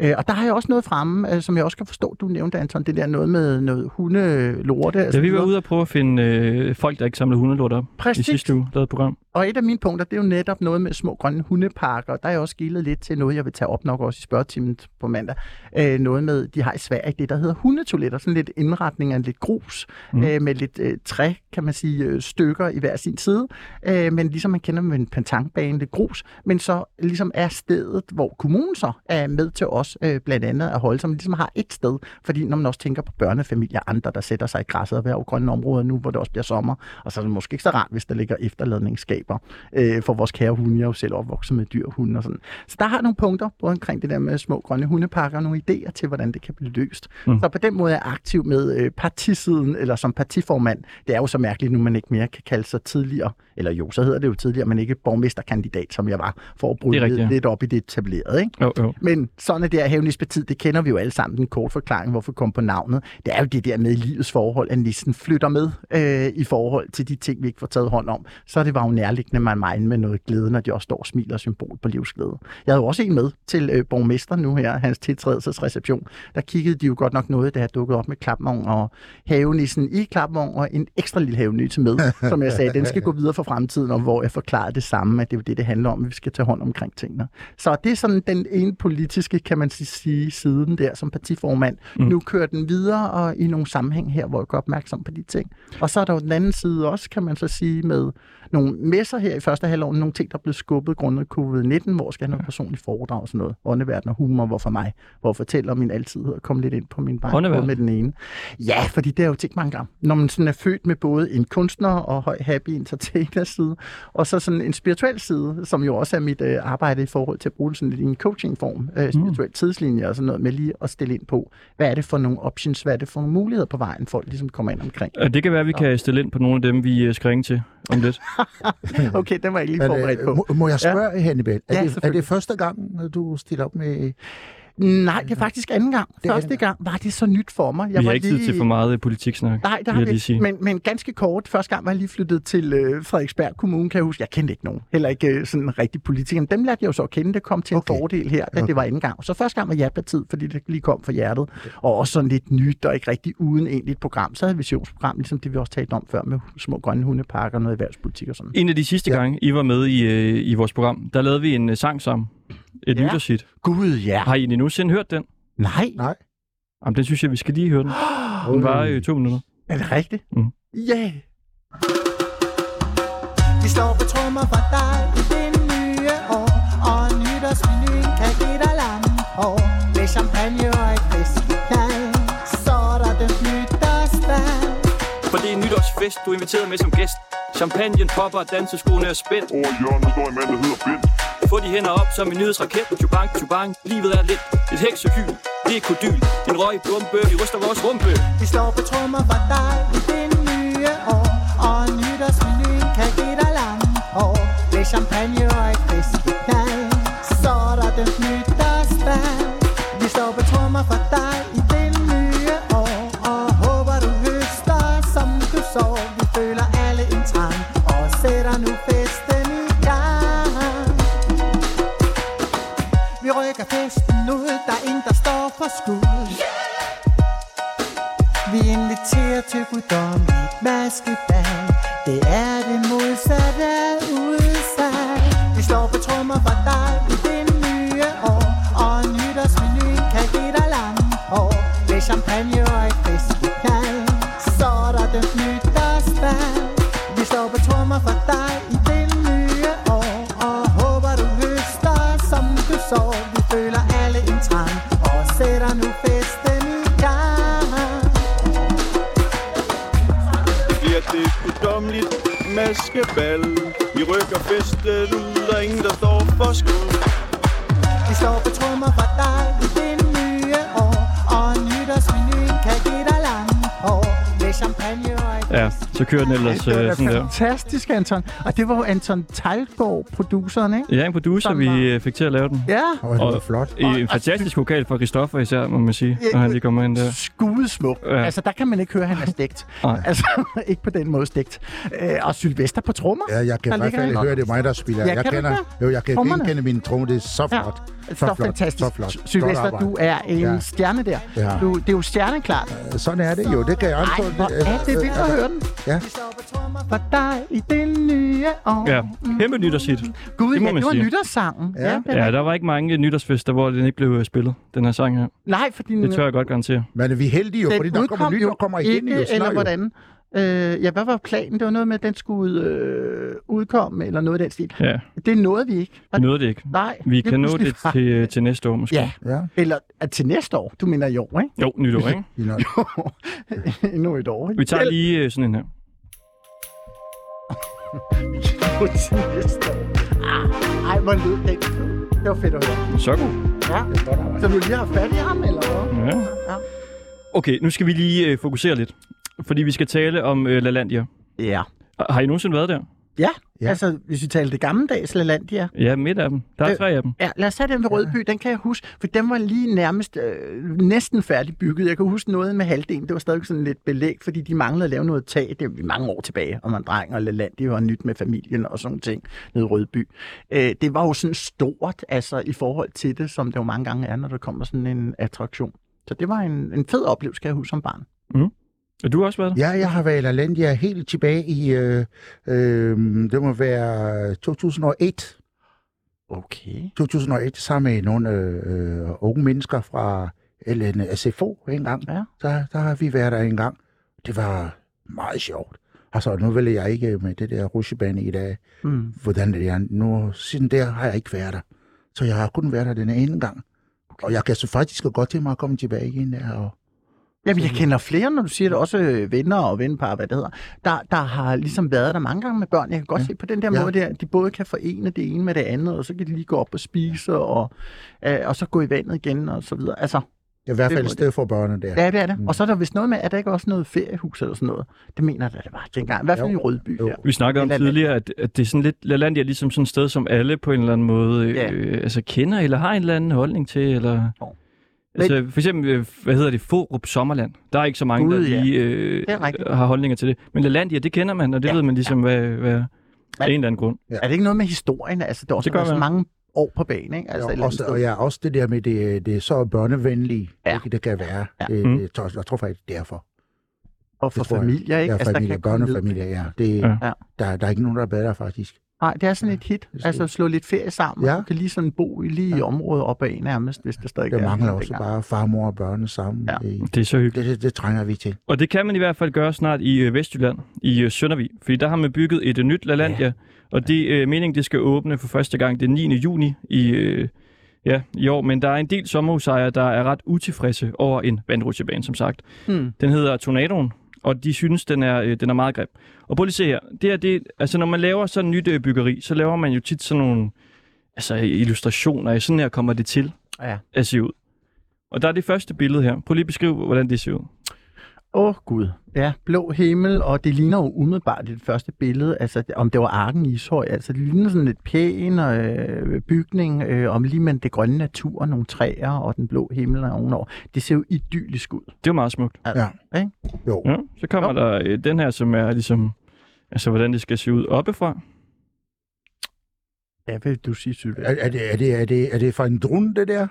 S2: Øh, og der har jeg også noget fremme, øh, som jeg også kan forstå, du nævnte, Anton, det der noget med noget hundelorte. altså
S4: Ja, vi var ude og prøve at finde øh, folk, der ikke samler hundelort op i
S2: Præcis.
S4: sidste uge, lavede et program.
S2: Og et af mine punkter, det er jo netop noget med små grønne hundeparker, og der er jeg også gilet lidt til noget, jeg vil tage op nok også i spørgetimen på mandag. Øh, noget med, de har i Sverige det, der hedder hundetoiletter, sådan lidt indretning af lidt grus, mm.
S4: Mhm.
S2: øh, med lidt øh, træ, kan man sige, øh, stykker i hver sin side, øh, men ligesom man kender med en pantangbane, lidt grus, men så ligesom er stedet, hvor kommunen så er med til os, øh, blandt andet at holde, som ligesom har et sted, fordi når man også tænker på børnefamilier og andre, der sætter sig i græsset og være grønne områder nu, hvor det også bliver sommer, og så er det måske ikke så rart, hvis der ligger efterladningsskaber øh, for vores kære hunde. Jeg er jo selv opvokset med dyr og hunde og sådan. Så der har jeg nogle punkter, både omkring det der med små grønne hundepakker, og nogle idéer til, hvordan det kan blive løst. Mm.
S4: Mm.
S2: Så på den måde er jeg aktiv med øh, partisiden, eller som partiformand. Det er jo så mærkeligt, nu man ikke mere kan kalde sig tidligere, eller jo, så hedder det jo tidligere, men ikke borgmesterkandidat, som jeg var, for at
S4: Det
S2: bryde
S4: er rigtigt, ja.
S2: lidt op i det etablerede. Ikke?
S4: Jo, jo.
S2: Men sådan er det her hævnispartiet, det kender vi jo alle sammen, den korte forklaring, hvorfor kom på navnet. Det er jo det der med i livets forhold, at nissen flytter med øh, i forhold til de ting, vi ikke får taget hånd om. Så det var jo nærliggende mig mig med noget glæde, når de også står og smiler symbol på livsglæde. Jeg havde jo også en med til øh, borgmester nu her, hans tiltrædelsesreception. Der kiggede de jo godt nok noget, der havde dukket op med klapmong og havenissen i klapmong og en ekstra lille havenisse med, som jeg sagde, den skal gå videre for fremtiden, og hvor jeg forklarede det samme, at det er jo det, det handler om, at vi skal tage hånd omkring tingene. Så det er sådan den ene politiske, kan man sige, siden der som partiformand. Mm.
S4: Mm.
S2: Nu kører den videre og i nogle sammenhæng her, hvor jeg gør opmærksom på de ting. Og så er der jo den anden side også, kan man så sige, med nogle messer her i første halvår, nogle ting, der er blevet skubbet grundet covid-19, hvor skal jeg have noget personligt foredrag og sådan noget. Åndeverden og humor, hvorfor mig? Hvor jeg fortæller min altid og komme lidt ind på min barn
S4: Åndeverden?
S2: med den ene. Ja, fordi det har jeg jo tænkt mange gange. Når man sådan er født med både en kunstner og høj happy entertainer side, og så sådan en spirituel side, som jo også er mit øh, arbejde i forhold til at bruge det sådan lidt i en coachingform, øh, spirituel mm. tidslinje og sådan noget, med lige at stille ind på, hvad er det for nogle options, hvad er det for nogle muligheder på vejen, folk ligesom kommer ind omkring.
S4: Og det kan være, at vi kan stille ind på nogle af dem, vi øh, skal ringe til om lidt.
S2: Okay, den var jeg ikke lige
S3: Men,
S2: forberedt
S3: øh,
S2: på.
S3: må, må jeg spørge, ja. Hannibal,
S2: Ja,
S3: er, det, øh, er
S2: selvfølgelig.
S3: det første gang, du stiller op med...
S2: Øh, Nej, det er faktisk anden gang.
S3: er
S2: Første
S3: anden
S2: gang var det så nyt for mig.
S4: Jeg vi
S2: var
S4: har ikke tid til for meget øh, politiksnak.
S2: Nej, det
S4: vil
S2: har
S4: jeg
S2: vi
S4: lige sige.
S2: ikke. Men, men ganske kort. Første gang var jeg lige flyttet til øh, Frederiksberg Kommune, kan jeg huske. Jeg kendte ikke nogen. Heller ikke øh, sådan rigtig politikere. Men Dem lærte jeg jo så at kende. Det kom til en
S3: Okay.
S2: fordel her, da
S3: Okay.
S2: det var anden gang. Så første gang var Jabla-tid, fordi det lige kom fra hjertet. Og også sådan lidt nyt og ikke rigtig uden egentlig et program. Så havde vi visionsprogram, ligesom det vi også talte om før med små grønne hundepakker og noget erhvervspolitik og sådan.
S4: En af de sidste ja.
S3: Ja.
S4: gange, I var med i, øh, i vores program, der lavede vi en øh, sang sammen. Et
S2: Ja.
S4: ja. nytårshit.
S2: Gud, ja.
S4: Har I egentlig nogensinde hørt den?
S2: Nej,
S3: Nej.
S4: Jamen, den synes jeg, vi skal lige
S2: [gasps]
S4: høre den. Den var øh, to minutter.
S2: er det rigtigt? Ja.
S4: Mm.
S2: Yeah. Vi slår på trommer for dig i det nye år Og nytårsmenuen kan give dig langhår Med champagne og et fiskeknald Så er der den nytårsdag
S5: For det er nytårsfest, du er inviteret med som gæst. Champagnen popper, danseskoene er spændt.
S6: Over i hjørnet står en mand, der hedder Bind.
S5: Få de hænder op som en nyhedsraket. Tjubang, tjubang, livet er lidt. Et heksehyl, det er kodyl. En røg, blumpe, vi ryster vores rumpe.
S2: Vi slår på trommer for dig i det nye år Og nytårsmenuen kan give dig langhår Med champagne og et fiskeknald Så er der den nytårsdag Vi slår på trommer for dig i det nye år Og håber du høster som du så Vi føler alle en trang Og sætter nu festen i gang Vi rykker festen ud, der er ingen der står for skud vi inviterer til guddommeligt maskebal Det er det modsatte af udsat Vi slår på trommer for dig i det nye år Og nytårsmenuen kan give dig lange år Med champagne og et fiskeknald Så er der den nytårsdag Vi slår på trommer for dig i det nye år Og håber du høster som du så Vi føler alle en trang Og sætter nu festen i gang
S1: bliver det guddommeligt maskebal. Vi rykker festen ud, og ingen der står for skud.
S2: Vi slår på trommer for dig i det nye år Og nytårsmenuen kan give dig lange hår Med champagne og et
S4: Ja, så kører den ellers
S2: det var da
S4: øh, sådan der.
S2: fantastisk, Anton. Og det var jo Anton Tejlgaard, produceren, ikke?
S4: Ja, en producer,
S2: Sådan var-
S4: vi øh, fik til at lave den.
S2: Ja.
S3: Åh, det var
S4: Og-
S3: flot.
S4: I en fantastisk vokal fra Christoffer især, må man sige, når han lige kommer ind der.
S2: Skudesmuk. Ja.
S4: Ja.
S2: Altså, der kan man ikke høre, at han er stegt.
S4: Nej.
S2: altså, [laughs] ikke på den måde stegt. Øh, og Sylvester på trommer.
S3: Ja, jeg kan
S2: Der
S3: i hvert
S2: ligger
S3: fald
S2: han.
S3: høre, det er mig, der spiller.
S2: Ja,
S3: jeg
S2: kan du
S3: kender,
S2: ikke?
S3: jo, jeg kan
S2: Trommerne.
S3: genkende min tromme. Det er så flot.
S2: Ja, så,
S3: flot,
S2: fantastisk.
S3: Så flot.
S2: Sylvester,
S3: Flot arbejde.
S2: du er en ja.
S3: Ja.
S2: stjerne der.
S3: Ja.
S2: Du, det er jo stjerneklart.
S3: Sådan er det jo. Det kan jeg Altså,
S2: Ej,
S3: også.
S2: hvor er det vildt at høre den.
S3: Ja.
S2: For dig i det nye år.
S4: Ja, kæmpe nytårshit.
S2: Gud,
S4: Det må
S2: ja,
S4: man
S2: det var
S4: sige.
S2: nytårssangen. Ja.
S3: Ja.
S2: Ja,
S4: Ja, der var ikke mange øh, nytårsfester, hvor den ikke blev øh, spillet, den her sang her.
S2: Nej, fordi den,
S4: Det tør jeg godt garantere.
S3: Men vi er heldige jo, fordi
S2: den
S3: der kommer
S2: udkom
S3: nyt,
S2: jo
S3: der kommer igen
S2: ikke,
S3: jo snart.
S2: eller
S3: jo.
S2: hvordan. Øh, ja, hvad var planen? Det var noget med, at den skulle øh, udkomme, eller noget af den stil.
S4: Ja,
S2: Det nåede vi ikke.
S4: vi nåede det ikke.
S2: Nej,
S4: Vi
S2: lige
S4: kan nå
S2: pludselig
S4: det
S2: var-
S4: til, øh, til næste år måske.
S2: Ja,
S3: Ja,
S2: eller at til næste år. Du mener i år, ikke? [laughs]
S4: Jo, nytår, ikke?
S3: fint nok.
S2: Endnu et år. Ikke?
S4: Vi tager lige øh, sådan en her.
S2: Eller til næste år. Ah, ej, hvor lød det ikke. Det var fedt at høre.
S4: Så god.
S2: Så du lige har fat i ham, eller hvad?
S4: Ja.
S2: Ja.
S4: Okay, nu skal vi lige øh, fokusere lidt. Fordi vi skal tale om øh, LaLandia.
S2: Ja.
S4: Har I nogensinde været der?
S2: Ja, ja.
S3: Ja.
S2: altså hvis vi taler det gammeldags Lalandia,
S4: Ja, midt af dem. Der er
S2: Øh.
S4: tre af dem.
S2: Ja, lad os tage den ved Rødby, den kan jeg huske, for den var lige nærmest øh, næsten færdigbygget. Jeg kan huske noget med halvdelen, det var stadig sådan lidt belæg, fordi de manglede at lave noget tag, det var mange år tilbage, og man dreng og land, det var nyt med familien og sådan nogle ting nede i Rødby. Øh, det var jo sådan stort, altså i forhold til det, som det jo mange gange er, når der kommer sådan en attraktion. Så det var en, en fed oplevelse, kan jeg huske som barn.
S4: Og du har også været der?
S3: Ja, jeg har været i LaLandia helt tilbage i, øh, øh, det må være 2001.
S2: Okay.
S3: 2001 sammen med nogle øh, øh, unge mennesker fra LNSFO en gang.
S2: Ja.
S3: Der, der har vi været der en gang. Det var meget sjovt. Altså, nu vil jeg ikke med det der rushebane i dag,
S2: Mm.
S3: hvordan det er. Nu, siden der har jeg ikke været der. Så jeg har kun været der den ene gang. Og jeg kan så faktisk godt til mig at komme tilbage igen der. Og,
S2: Jamen, jeg kender flere, når du siger det, også øh, venner og vennepar, hvad det hedder, der, der har ligesom været der mange gange med børn. Jeg kan godt ja.
S3: Ja.
S2: se på den der
S3: Ja.
S2: måde der, de både kan forene det ene med det andet, og så kan de lige gå op og spise, og, øh, og så gå i vandet igen, og så videre. Altså,
S3: I hvert
S2: Det
S3: fald
S2: må
S3: et sted for børnene der.
S2: ja, det er det.
S3: Mm.
S2: Og så er der vist noget med, at der ikke også noget feriehus eller sådan noget. Det mener jeg da, det var dengang. I hvert fald
S3: Jo.
S2: i Rødby
S3: Jo.
S2: der.
S4: Vi snakkede om
S2: LaLandia.
S4: tidligere, at, at det er sådan lidt, LaLandia er ligesom sådan et sted, som alle på en eller anden måde øh,
S2: Ja.
S4: altså kender eller har en eller anden holdning til. Eller...
S2: Jo.
S4: Altså, for eksempel, øh, hvad hedder det, Forup Sommerland. Der er ikke så mange,
S2: Gud,
S4: der
S2: ja.
S4: lige øh,
S2: Det er rigtigt.
S4: har holdninger til det. Men Lalandia, det kender man, og det
S2: Ja,
S4: ved man ligesom, hvad, hvad af en eller anden grund.
S2: Er det ikke noget med historien? Altså, der var
S4: Det gør
S2: så
S4: man.
S2: mange år på banen, ikke? Altså, et
S3: Altså,
S2: eller andet
S3: også,
S2: sted.
S3: og ja, også det der med det, det så børnevenlige,
S2: Ja.
S3: ja. det, det kan være.
S2: Ja.
S3: Ja. Det,
S4: Mm.
S3: det, tror- jeg tror faktisk, det er derfor.
S2: og for
S3: det tror jeg.
S2: familier, ikke? Altså,
S3: Ja,
S2: der
S3: familie,
S2: kan komme lidt-
S3: børnefamilier, ja. Det,
S4: Ja.
S2: Ja.
S3: ja. Der, der er ikke nogen, der er bedre, faktisk.
S2: Nej, det er sådan et hit.
S3: det er
S2: Altså, slå lidt ferie sammen. Ja.
S3: Ja.
S2: Du kan lige sådan bo i lige i
S3: Ja.
S2: området op ad nærmest, hvis der stadig
S3: Der
S2: er
S3: mangler
S2: noget
S3: også
S2: dengang.
S3: bare farmor og børnene sammen.
S2: Ja.
S3: Ja. Det,
S4: Det er så hyggeligt.
S3: det, det, det trænger vi til.
S4: Og det kan man i hvert fald gøre snart i øh, Vestjylland, i øh, Søndervig. Fordi der har man bygget et øh, nyt LaLandia, ja. og det øh, meningen, det skal åbne for første gang den 9. juni i, øh, ja, i år. Men der er en del sommerhusejere, der er ret utilfredse over en vandrutsjebane, som sagt.
S2: Hmm.
S4: Den hedder Tornadoen, og de synes, den er, øh, den er meget grim. Og prøv lige at se her. Det her det, altså, når man laver sådan et nyt øh, byggeri, så laver man jo tit sådan nogle altså, illustrationer. Sådan her kommer det til
S2: Ja.
S4: at se ud. Og der er det første billede her. Prøv lige at beskrive, hvordan det ser ud.
S2: Åh, oh, Gud. Ja, blå himmel, og det ligner jo umiddelbart i det første billede, altså om det var Arken i Ishøj, altså det ligner sådan lidt pæn øh, bygning, øh, om lige med det grønne natur, nogle træer og den blå himmel og ovenover. Det ser jo idyllisk ud.
S4: Det er jo meget smukt.
S2: Altså, ja. Ikke?
S3: Jo.
S4: Ja, så kommer
S2: Nå.
S4: der øh, den her, som er ligesom, altså hvordan det skal se ud oppefra.
S2: Ja, vil du sige, Sylvia?
S3: Er, er, det, er, det, er, det, er det fra en drone, det der?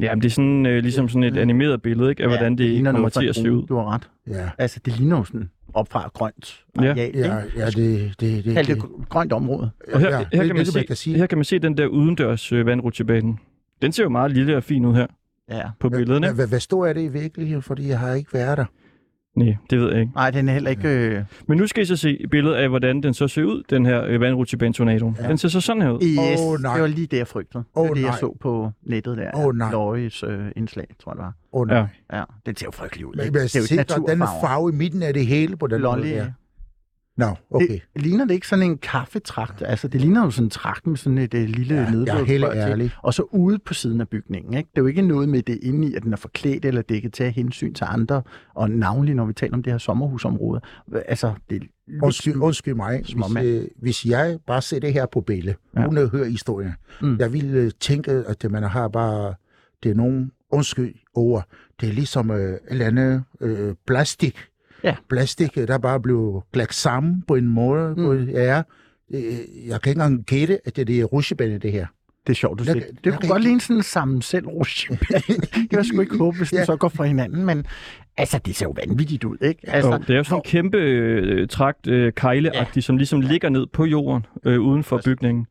S4: Jamen det er sådan, øh, ligesom sådan et animeret billede, ikke, af hvordan det,
S2: ligner
S4: kommer
S2: noget fra
S4: til at se
S2: dronen,
S4: ud.
S2: Du har ret.
S3: Ja,
S2: Altså, det ligner jo sådan opfra grønt
S4: Ja.
S2: areal, ja. ikke?
S3: ja, ja det, det, det,
S2: Kald
S3: det,
S2: det gr- grønt område.
S4: Og her,
S3: ja,
S4: her,
S3: det er
S4: kan man
S3: det,
S4: se,
S3: man kan sige.
S4: her kan man se den der udendørs øh, vandrutsjebane. Den ser jo meget lille og fin ud her
S2: Ja.
S4: på billederne.
S3: Hvad, hvad, hvad stor er det i virkeligheden? Fordi jeg har ikke været der.
S4: Nej, det ved jeg ikke.
S2: Nej, den er heller ikke... Øh,
S4: Men nu skal I så se et billede af, hvordan den så ser ud, den her øh, vandrutsjebane-tornado. Ja. Den ser så sådan her ud.
S2: yes,
S3: Åh, nej.
S2: det var lige det, jeg frygtede.
S3: Åh,
S2: det var det, jeg
S3: nej.
S2: så på nettet der.
S3: Åh, nej.
S2: Norges øh, indslag, tror jeg det var.
S3: Åh, nej.
S4: Ja.
S3: Ja.
S2: Ja, den ser jo frygtelig ud.
S3: Men
S2: ikke?
S3: jeg
S2: Det er jo
S3: ser,
S2: ikke
S3: at den
S2: naturfarver.
S3: farve i midten af det hele på den
S2: Lolly,
S3: måde.
S2: ja.
S3: Ja. Nå, okay.
S2: Det, ligner det ikke sådan en kaffetragt? Altså, det ligner jo sådan en trakt med sådan et uh, lille ja,
S3: jeg er helt ærlig.
S2: Og så ude på siden af bygningen, ikke? Det er jo ikke noget med det inde i, at den er forklædt, eller det kan tage hensyn til andre, og navnlig når vi taler om det her sommerhusområde. Altså, det
S3: Undskyld, undskyld mig,
S2: Småmand.
S3: hvis, øh, hvis jeg bare ser det her på billede,
S2: Ja.
S3: ja. uden at høre historien.
S2: Mm.
S3: Mm. Jeg ville øh, tænke, at man har bare, det er nogen, undskyld over, det er ligesom øh, et eller andet øh, plastik.
S2: Ja.
S3: Plastik, øh, der bare blev glat sammen på en måde. Mm. På, ja, øh, jeg kan ikke engang gætte, at det, det er rutsjebane, det her.
S2: Det er sjovt, du
S3: Jeg
S2: siger.
S3: kan-
S2: Det
S3: jeg
S2: kunne
S3: kan
S2: godt
S3: ikke-
S2: ligne sådan en sammen selv Det var sgu ikke håbe, hvis den
S3: Ja.
S2: så går fra hinanden, men altså, det ser jo vanvittigt ud, ikke? Altså,
S4: Jo, det er jo sådan en kæmpe øh, trakt, øh, kejleagtig, som ligesom ligger ned på jorden øh, uden for bygningen.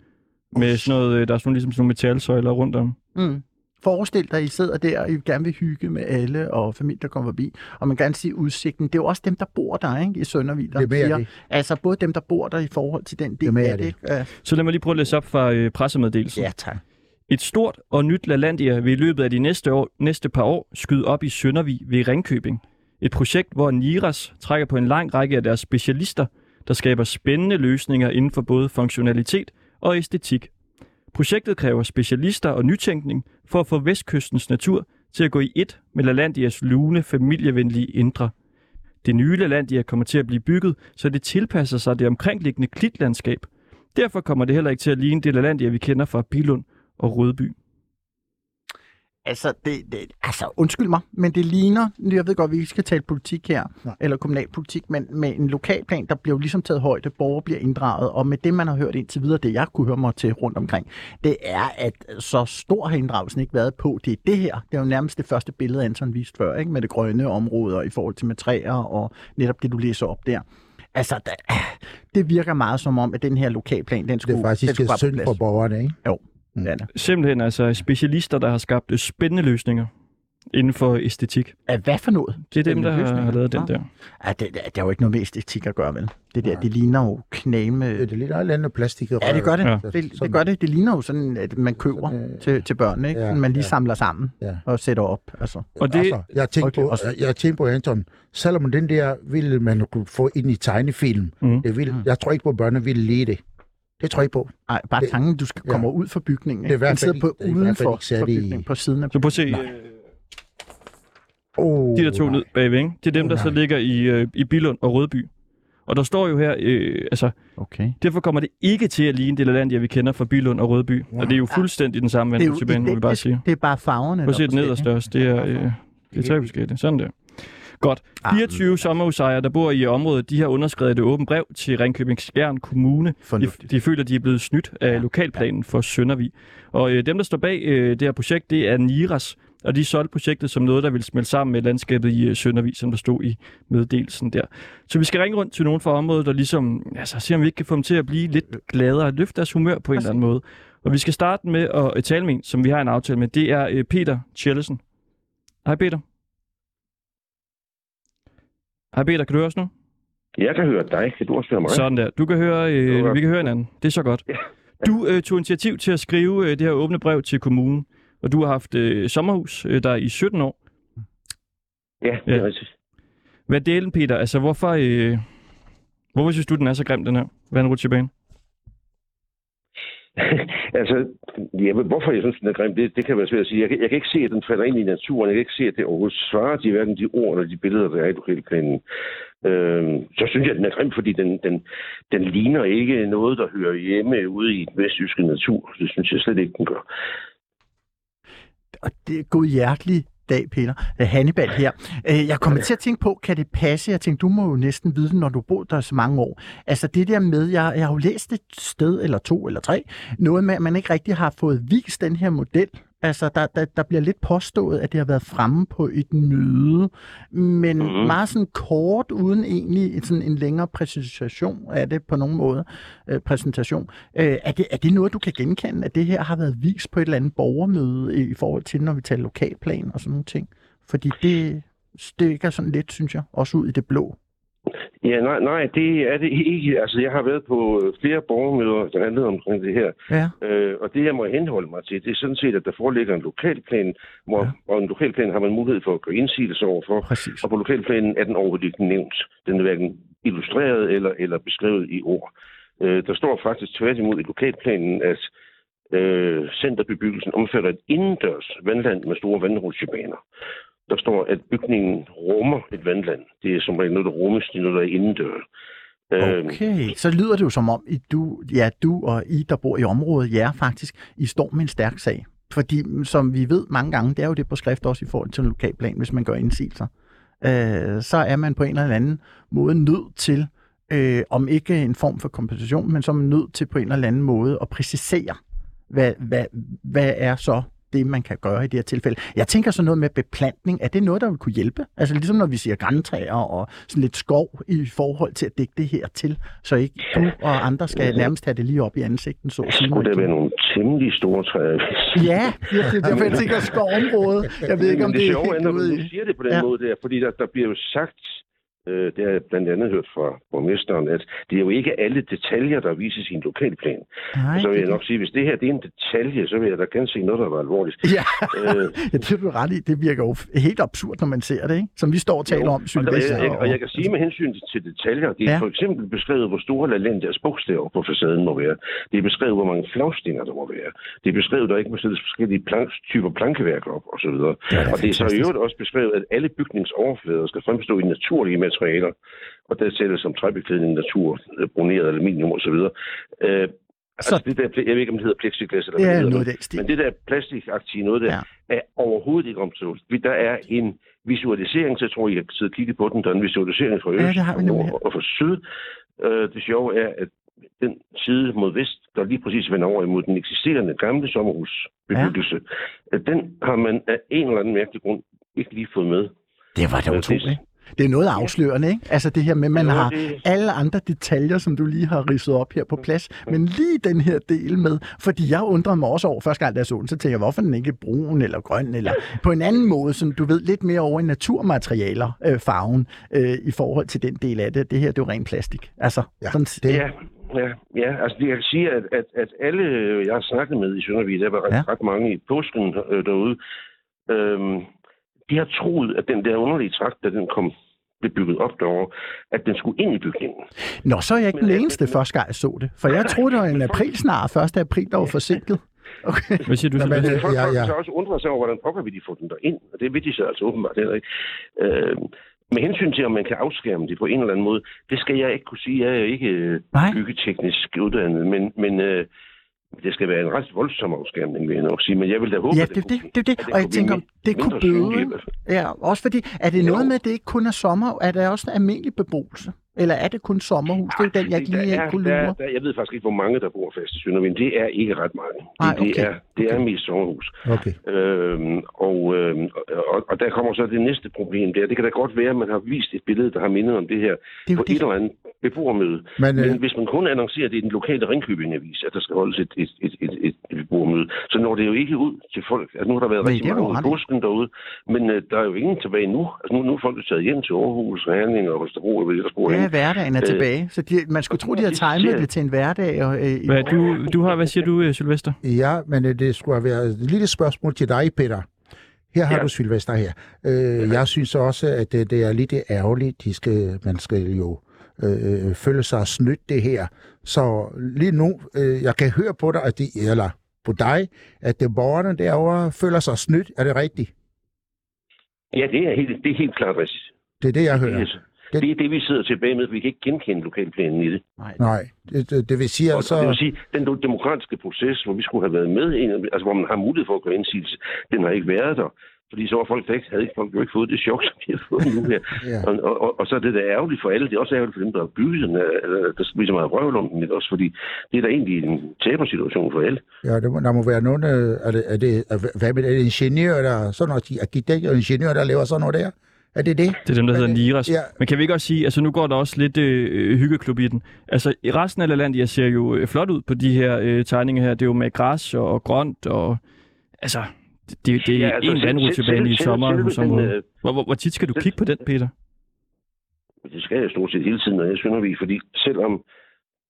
S4: Med sådan noget, øh, der er sådan, nogle- ligesom sådan nogle metalsøjler rundt om.
S2: Mm. Forestil dig, at I sidder der, og I gerne vil hygge med alle og familie, der kommer forbi. Og man kan gerne sige udsigten. Det er jo også dem, der bor der ikke? i Søndervig, der
S3: Det er mere
S2: siger,
S3: det.
S2: altså både dem, der bor der i forhold til den del
S3: er mere
S2: af det.
S3: det.
S2: Ikke? Øh, Ja.
S4: Så lad mig lige prøve at læse op fra øh, pressemeddelelsen.
S2: ja, tak.
S4: Et stort og nyt LaLandia vil i løbet af de næste, år, næste par år skyde op i Søndervig ved Ringkøbing. Et projekt, hvor Niras trækker på en lang række af deres specialister, der skaber spændende løsninger inden for både funktionalitet og æstetik. Projektet kræver specialister og nytænkning for at få Vestkystens natur til at gå i ét med LaLandias lune, familievenlige indre. Det nye LaLandia kommer til at blive bygget, så det tilpasser sig det omkringliggende klitlandskab. Derfor kommer det heller ikke til at ligne det LaLandia, vi kender fra Bilund og Rødby.
S2: Altså, det, det, altså, undskyld mig, men det ligner, jeg ved godt, vi ikke skal tale politik her, Nej.
S3: Nej.
S2: eller kommunalpolitik, men med en lokalplan, der bliver jo ligesom taget højde, borgere bliver inddraget, og med det, man har hørt indtil videre, det jeg kunne høre mig til rundt omkring, det er, at så stor har inddragelsen ikke været på, det er det her, det er jo nærmest det første billede, Anton viste før, ikke? med det grønne område, og i forhold til med træer, og netop det, du læser op der. Altså, der, det virker meget som om, at den her lokalplan, den
S3: Det
S2: skulle,
S3: er
S2: Uh, den
S3: faktisk
S2: skulle
S3: det
S2: bare på
S3: er synd
S2: plads.
S3: for borgerne, ikke?
S2: Jo, det er det.
S4: Simpelthen altså specialister, der har skabt øh, spændende løsninger inden for æstetik.
S3: Mm.
S2: Er hvad for noget?
S4: Det er dem,
S2: Spændende
S4: der har,
S2: løsninger.
S4: har lavet den
S2: Nå.
S4: der.
S2: Ja, det, det, det er jo ikke noget med æstetik at gøre, vel? Det der, det ligner jo knæme...
S3: Det er det lidt noget andet plastik.
S2: Ja, det gør det.
S4: Ja.
S2: Ja. det. Det gør det. Det ligner jo sådan, at man køber
S3: Sådan,
S2: sådan,
S3: øh,
S2: til, til børnene, ikke?
S3: ja,
S2: Ja, man lige ja.
S3: ja.
S2: samler sammen
S3: Ja.
S2: og sætter op. Altså.
S4: Og det,
S3: Altså, jeg tænkte
S2: frygteligt.
S3: på, jeg, jeg tænkte på Anton, selvom den der ville man kunne få ind i tegnefilm,
S4: Mm.
S3: mm. det ville, jeg tror ikke på, at børnene ville lide det. Det tror jeg ikke på.
S2: Ej, bare
S3: Det-
S2: tanken, du skal
S3: ja.
S2: komme ud for bygningen.
S3: Det er i
S2: Ikke?
S3: hvert
S2: Den
S3: fald
S2: sidder på
S3: ikke- det er i hvert fald
S2: udenfor
S3: ikke sat
S2: for
S3: i-
S2: bygningen, på siden af
S4: så prøv at se øh,
S3: Oh,
S4: de der to ned bagved, ikke? Det er dem,
S3: Oh,
S4: der så
S3: nej.
S4: ligger i, øh, i Bilund og Rødby. Og der står jo her, øh, altså,
S2: Okay.
S4: derfor kommer det ikke til at ligne det Lalandia, vi kender fra Bylund og Rødby. Wow. Og det er jo fuldstændig den samme vandrutsjebane, må vi bare sige.
S2: det er bare farverne.
S4: Prøv at
S2: der
S4: se
S2: er
S4: det nederste
S2: forskellige.
S4: også. Det er, øh, det er tre forskellige. Sådan der. Godt. 24 sommerhusejere, der bor i området, de har underskrevet et åbent brev til Ringkøbing Skjern Kommune. De,
S2: Fornuftigt.
S4: de føler, de er blevet snydt af lokalplanen for Søndervig. Og øh, dem, der står bag øh, det her projekt, det er Niras. Og de solgte projektet som noget, der ville smelte sammen med landskabet i øh, Søndervig, som der stod i meddelelsen der. Så vi skal ringe rundt til nogen fra området og ligesom, altså, se, om vi ikke kan få dem til at blive lidt gladere og løfte deres humør på en eller anden måde. Og vi skal starte med at øh, tale med en, som vi har en aftale med. Det er øh, Peter Tjellesen. Hej Peter. Hej Peter, kan du høre os nu?
S7: Jeg kan høre dig. Kan du også høre mig?
S4: Sådan der. Du kan høre, øh,
S7: godt.
S4: vi kan høre hinanden. Det er så godt. Du øh, tog initiativ til at skrive øh, det her åbne brev til kommunen, og du har haft øh, sommerhus øh, der i 17 år.
S7: Ja, det er
S4: Ja.
S7: rigtigt. [laughs]
S4: Hvad delen, Peter? Altså, hvorfor, øh, hvorfor synes du, den er så grim, den her vandrutsjebane?
S7: altså, ja, men hvorfor jeg synes, den er grim, det, det kan være svært at sige. Jeg, kan- jeg kan ikke se, at den falder ind i naturen. Jeg kan ikke se, at det overhovedet svarer til hverken de ord eller de billeder, der er i lokalplanen. Øhm, så synes jeg, at den er grim, fordi den, den, den ligner ikke noget, der hører hjemme ude i den vestjyske natur. Det synes jeg slet ikke, den gør.
S2: Og det er god hjertelig dag, Peter. Øh, Hannibal her. Øh, Jeg kommer til at tænke på, kan det passe? Jeg tænkte, du må jo næsten vide det, når du bor der så mange år. Altså det der med, jeg, jeg har jo læst et sted, eller to, eller tre, noget med, at man ikke rigtig har fået vist den her model. Altså, der, der, der bliver lidt påstået, at det har været fremme på et møde, men mm. meget sådan kort, uden egentlig en- sådan en længere præsentation af det på nogen måde. Øh, præsentation. Øh, er, det, er det noget, du kan genkende, at det her har været vist på et eller andet borgermøde i, i forhold til, når vi taler lokalplan og sådan nogle ting? Fordi det stikker sådan lidt, synes jeg, også ud i det blå.
S7: Ja, nej, nej, det er det ikke. Altså, jeg har været på øh, flere borgermøder, der handlede omkring det her.
S2: Ja.
S7: Øh, og det, jeg må henholde mig til, det er sådan set, at der foreligger en lokalplan, hvor,
S2: Ja.
S7: ja. og en lokalplan har man mulighed for at gøre indsigelse overfor.
S2: Præcis.
S7: Og på lokalplanen er den overhovedet ikke nævnt. Den er hverken illustreret eller, eller beskrevet i ord. Øh, der står faktisk tværtimod i lokalplanen, at øh, centerbebyggelsen omfatter et indendørs vandland med store vandrutsjebaner. Der står, at bygningen rummer et vandland. Det er som regel noget, der rummes, det er noget, der er indendørs. Øh,
S2: Okay, så lyder det jo som om, at du, ja, du og I, der bor i området, jer faktisk, I står med en stærk sag. Fordi, mm, som vi ved mange gange, det er jo det på skrift også i forhold til en lokalplan, hvis man gør indsigelser, øh, så er man på en eller anden måde nødt til, øh, om ikke en form for kompensation, men så er man nødt til på en eller anden måde at præcisere, hvad, hvad, hvad er så det, man kan gøre i det her tilfælde. Jeg tænker sådan noget med beplantning. Er det noget, der vil kunne hjælpe? Altså ligesom når vi siger græntræer og sådan lidt skov i forhold til at dække det her til, så ikke du og andre skal nærmest have det lige op i ansigten, så at sige.
S7: skulle der være nogle temmelig store træer? hvis-
S2: Ja, det er derfor, jeg tænker skovområde. Jeg ved ikke, om
S7: Men det,
S2: det er
S7: sjove er,
S2: helt
S7: når
S2: ude
S7: man nu
S2: i...
S7: siger det på den
S2: Ja.
S7: ja. måde der, fordi der, der bliver jo sagt, øh, det har jeg blandt andet hørt fra borgmesteren, at det er jo ikke alle detaljer, der vises i en lokalplan.
S2: Nej,
S7: så vil
S2: det,
S7: jeg nok sige, hvis det her det er en detalje, så vil jeg da gerne se noget, der var alvorligt.
S2: Ja.
S7: Øh,
S2: ja, det er du ret i. Det virker jo f- helt absurd, når man ser det, ikke? Som vi står og taler
S7: jo,
S2: om.
S7: og,
S2: Sylvester
S7: jeg, jeg, og jeg kan sige med hensyn til detaljer, det er
S2: Ja.
S7: ja. for eksempel beskrevet, hvor store Lalandias bogstaver på facaden må være. Det er beskrevet, hvor mange flagstænger der må være. Det er beskrevet, at der ikke må sættes forskellige plank, typer plankeværk op osv. Og, og det er så i
S2: fantastisk.
S7: øvrigt også beskrevet, at alle bygningsoverflader skal fremstå i naturlige materialer, og der sættes som træbeklædning, natur, øh, broneret aluminium osv. Øh,
S2: Så-
S7: altså det der, jeg ved ikke, om det hedder plexiglas eller
S2: Ja,
S7: hvad det
S2: noget
S7: hedder.
S2: af den stil.
S7: Men det der plastikaktige noget der, ja. er overhovedet ikke omtalt. Vi- Der er en visualisering, så jeg tror, I har siddet og kigget på den. Der er en visualisering fra
S2: Ja,
S7: øst
S2: det har vi
S7: og,
S2: nemlig
S7: nord
S2: her.
S7: og fra syd. Øh, det sjove er, at den side mod vest, der lige præcis vender over imod den eksisterende gamle sommerhusbebyggelse, ja. den har man af en eller anden mærkelig grund ikke lige fået med.
S2: Det var da
S7: Ja,
S2: utroligt. Det er noget afslørende, ikke? Altså det her med, at man
S7: Jo,
S2: har
S7: det-
S2: alle andre detaljer, som du lige har ridset op her på plads, men lige den her del med, fordi jeg undrede mig også over første gang, da jeg så den, så tænkte jeg, hvorfor er den ikke brun eller grøn, eller på en anden måde, som du ved, lidt mere over i naturmaterialer, øh, farven, øh, i forhold til den del af det. Det her, det er jo ren plastik. Altså, ja,
S3: Ja,
S2: sådan,
S3: det-
S7: Ja, ja, ja. Altså, jeg kan sige, at, at, at alle, øh, jeg har snakket med i Søndervig, der var
S2: Ja.
S7: ja. ret mange i påsken øh, derude, øhm, de har troet, at den der underlige trakt, da den kom, blev bygget op derovre, at den skulle ind i bygningen.
S2: Nå, så er jeg ikke
S7: Men
S2: den
S7: jeg-
S2: eneste første gang, jeg så det. For jeg troede, det var en aprilsnar, 1. april, der var forsinket. Okay.
S4: Hvad siger du til
S3: Jamen,
S4: det?
S3: øh,
S7: Folk
S3: ja,
S7: ja,
S3: ja.
S7: ja. så også undret sig over, hvordan pokker vi de få den derind, og det vil de så altså åbenbart heller ikke. Øhm, Med hensyn til, om man kan afskærme det på en eller anden måde, det skal jeg ikke kunne sige. Jeg er ikke øh,
S2: Nej.
S7: byggeteknisk uddannet, men, men øh, det skal være en ret voldsom afskærmning, vil jeg nok sige. Men jeg vil da håbe,
S2: Ja,
S7: at
S2: det, det,
S7: kunne-
S2: det, det.
S7: at
S2: Og jeg
S7: blive
S2: tænker, om
S7: mi-
S2: det kunne
S7: mindre synlig i
S2: bøde.
S7: hvert fald.
S2: Ja, også fordi, er det noget
S7: Jo.
S2: med, at det ikke kun er sommer? Er det også en almindelig beboelse? Eller er det kun sommerhus? Det er jo den, jeg ikke
S7: Der
S2: lige
S7: er-
S2: er, kunne
S7: der,
S2: lure.
S7: der, Jeg ved faktisk ikke, hvor mange, der bor fast i Søndervind. Det er ikke ret mange.
S2: Nej,
S7: det, det,
S2: okay.
S7: er, det er mest sommerhus.
S3: Okay.
S7: Øhm, og, øhm, og, og der kommer så det næste problem der. Det kan da godt være, at man har vist et billede, der har mindet om det her
S2: Det er jo
S7: på et
S2: det.
S7: eller andet beboermøde.
S3: Men,
S7: Men
S3: øh,
S7: hvis man kun annoncerer det i den lokale Ringkøbing-avis, at der skal holdes et, et, et, et, et beboermøde, så når det jo ikke ud til folk. Altså, nu har der været
S2: Nej,
S7: rigtig
S2: det er du
S7: mange
S2: ret
S7: i
S2: i.
S7: påsken derude, men øh, der er jo ingen tilbage nu. Altså, nu, nu er folk jo taget hjem til Aarhus, Herning og Holstebro, og hvad ellers bor
S2: Ja,
S7: henne.
S2: hverdagen er
S7: Øh,
S2: tilbage. Så de, man skulle tro, de havde timet det til en hverdag. Og, øh, i-
S4: Hvad, du, du har, hvad siger du, øh, Sylvester?
S3: Ja, men øh, det skulle have været et lille spørgsmål til dig, Peter. Her har ja.
S7: Ja.
S3: du Sylvester her. Øh, jeg synes også, at øh, det, det er lidt ærgerligt. De skal, man skal jo øh, øh, føle sig snydt det her. Så lige nu, øh, jeg kan høre på dig, at de, eller på dig, at det borgerne derovre føler sig snydt. Er det rigtigt?
S7: Ja, det er helt, det er helt klart rigtigt.
S3: Det er det, jeg hører.
S7: Yes. Det, det er det, vi sidder tilbage med. Vi kan ikke genkende lokalplanen i det.
S2: Nej,
S3: Nej, det, det, det vil sige
S7: Og, så... og det vil
S3: altså...
S7: sige, den do- demokratiske proces, hvor vi skulle have været med, i, altså hvor man har mulighed for at gøre indsigelse, den har ikke været der. Fordi så var folk, der ikke, havde ikke, folk jo ikke fået det chok, som de har fået nu her.
S3: Ja.
S7: og, og, og, og, så er det da ærgerligt for alle. Det er også ærgerligt for dem, der har bygget den. øh, Der skal blive så meget røvel om den, ikke også? Fordi det er da egentlig en tabersituation for alle.
S3: Ja, det må, der må være nogen... øh, Er det, er det, er, hvad med det? Er det ingeniører, der... Sådan noget, de arkitekter og ingeniører, der laver sådan noget der? Er det det?
S4: Det er dem, der
S3: Men
S4: hedder
S3: det-
S4: Niras.
S3: ja.
S4: Men kan vi ikke også sige, altså nu går der også lidt øh, øh, hyggeklub i den. Altså i resten af landet, jeg ser jo øh, flot ud på de her øh, tegninger her. Det er jo med græs og, og grønt og... Altså, det, det, det er ja, altså, en
S7: selv-
S4: vandrute
S7: selv-
S4: tilbage i
S7: selv- selve den,
S4: sommerhusområdet.
S7: øh,
S4: Hvor, hvor, hvor tit skal du
S7: selv-
S4: kigge på den, Peter?
S7: Det skal jeg stort set hele tiden, når jeg synder vi, fordi selvom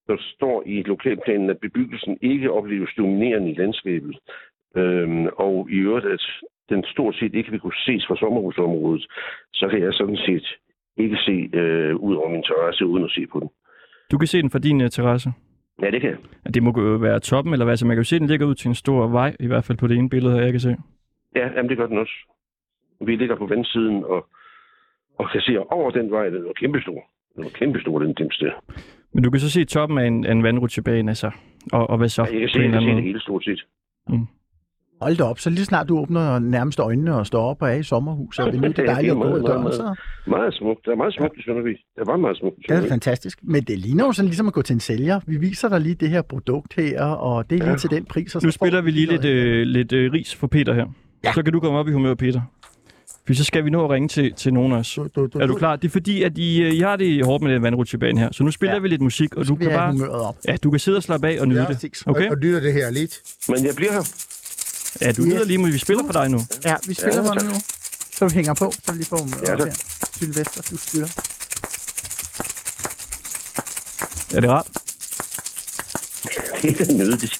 S7: der står i lokalplanen, at bebyggelsen ikke opleves dominerende i landskabet, øhm, og i øvrigt, at den stort set ikke vil kunne ses fra sommerhusområdet, så kan jeg sådan set ikke se øh, ud over min terrasse, uden at se på den.
S4: Du kan se den fra din øh, terrasse.
S7: Ja, det kan jeg.
S4: Ja, Det må jo være toppen, eller hvad? Altså, man kan jo se, at den ligger ud til en stor vej, i hvert fald på det ene billede her, jeg kan se.
S7: Ja, jamen, det gør den også. Vi ligger på vandsiden og, og kan se over den vej, den var kæmpestor. Den var kæmpestor, den dimste.
S4: Men du kan så se toppen af en, af en vandrutsjebane, altså. Og, og hvad så?
S7: Ja, jeg kan
S4: på
S7: se,
S4: en
S7: jeg
S4: eller
S7: kan
S4: anden
S7: se det
S4: måde?
S7: hele stort set.
S2: Hold da op, så lige snart du åbner nærmest øjnene og står op og er i sommerhuset, og det nu er det
S7: Ja, det
S2: dejligt
S7: er
S2: at gå ud
S7: meget,
S2: af døren,
S7: meget,
S2: så
S7: Meget smukt. Der er meget smukt i Søndervig. Der var meget smukt i
S2: det er
S7: Søndervig.
S2: det fantastisk. Men det ligner jo sådan ligesom at gå til en sælger. Vi viser dig lige det her produkt her, og det er lige til den pris. Og så får
S4: Nu spiller
S2: du
S4: vi lige
S2: noget
S4: lidt, øh, lidt øh, ris for Peter her.
S2: Ja.
S4: Ja. Så kan du komme op i humør, Peter. For så skal vi nå at ringe til, til nogen af os.
S3: Du, du, du,
S4: Er du klar? Det er fordi, at I, øh, I har det hårdt med den vandrutsjebane her. Så nu spiller
S2: Ja.
S4: ja. vi lidt musik, og
S2: her.
S4: du
S2: Vi
S4: kan
S2: er
S4: bare...
S2: humøret op.
S4: Ja, du kan sidde og slappe af og nyde
S3: Ja,
S4: det.
S2: præcis.
S4: Okay?
S3: Og, og lytter det her lidt.
S7: Men jeg bliver her.
S4: Ja, du
S2: Yes.
S4: lyder lige, men vi spiller for dig nu.
S2: Ja, vi spiller
S7: Ja,
S2: ja,
S7: tak.
S2: nu. Så du hænger på, så vi lige får humøret
S7: Ja,
S2: op
S7: tak.
S2: her. Sylvester, du spiller.
S4: Er det rart?
S7: Det er da nødigt.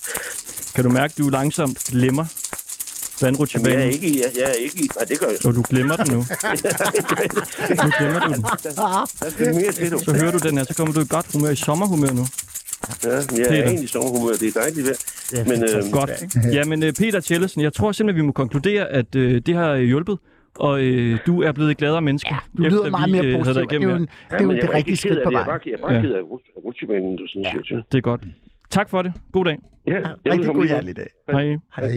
S4: Kan du mærke, at du langsomt glemmer
S7: Jamen, jeg er
S4: vandrutsjebanen?
S7: ikke i... Jeg, jeg er ikke i... Nej, det gør jeg.
S4: Og du glemmer den
S7: [laughs]
S4: nu. Nu glemmer du den.
S7: Der skal mere til, du.
S4: Så hører du den her, så kommer du i godt humør, i sommerhumør nu.
S7: Ja, jeg
S4: Det er
S7: er
S4: det.
S7: egentlig i sommerhumør. Det er dejligt vejr. Men øh,
S4: Godt. Jamen, øh, Peter Tjellesen, jeg tror simpelthen, vi må konkludere, at øh, det har øh, hjulpet, og øh, du er blevet et gladere menneske.
S2: Du lyder
S4: efter
S2: meget
S4: vi,
S2: mere
S4: øh, havde
S2: positiv.
S4: dig
S2: Det er
S4: igennem
S2: jo, en,
S4: her.
S2: det, er jo
S7: jamen, jeg
S2: det rigtige
S7: rigtig ked
S2: skridt
S7: af
S2: på
S7: det. Jeg
S2: vejen.
S7: er bare, jeg er bare
S4: Ja.
S7: ked af rut- rutsjebanen, du sådan set. Ja,
S4: Det er godt. Tak for det. God dag.
S7: ja jeg
S2: Rigtig
S7: kommer
S2: god
S7: lige
S2: hjerte i dag.
S4: Hej.
S3: Hej.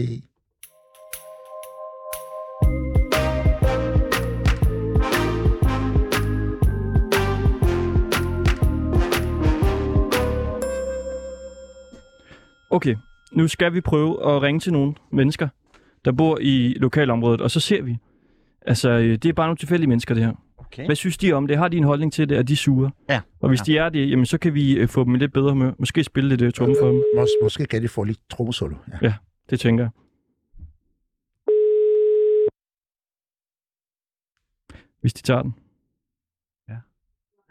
S4: Okay, nu skal vi prøve at ringe til nogle mennesker, der bor i lokalområdet, og så ser vi. Altså, øh, det er bare nogle tilfældige mennesker, det her.
S2: Okay.
S4: Hvad synes de om det? Har de en holdning til det? Er de sure?
S2: Ja.
S4: Og hvis de er det, jamen, så kan vi øh, få dem i lidt bedre humør. Måske spille lidt øh, tromme for dem.
S3: Mås, måske kan de få lidt trommesolo. Ja.
S4: Det tænker jeg. Hvis de tager den.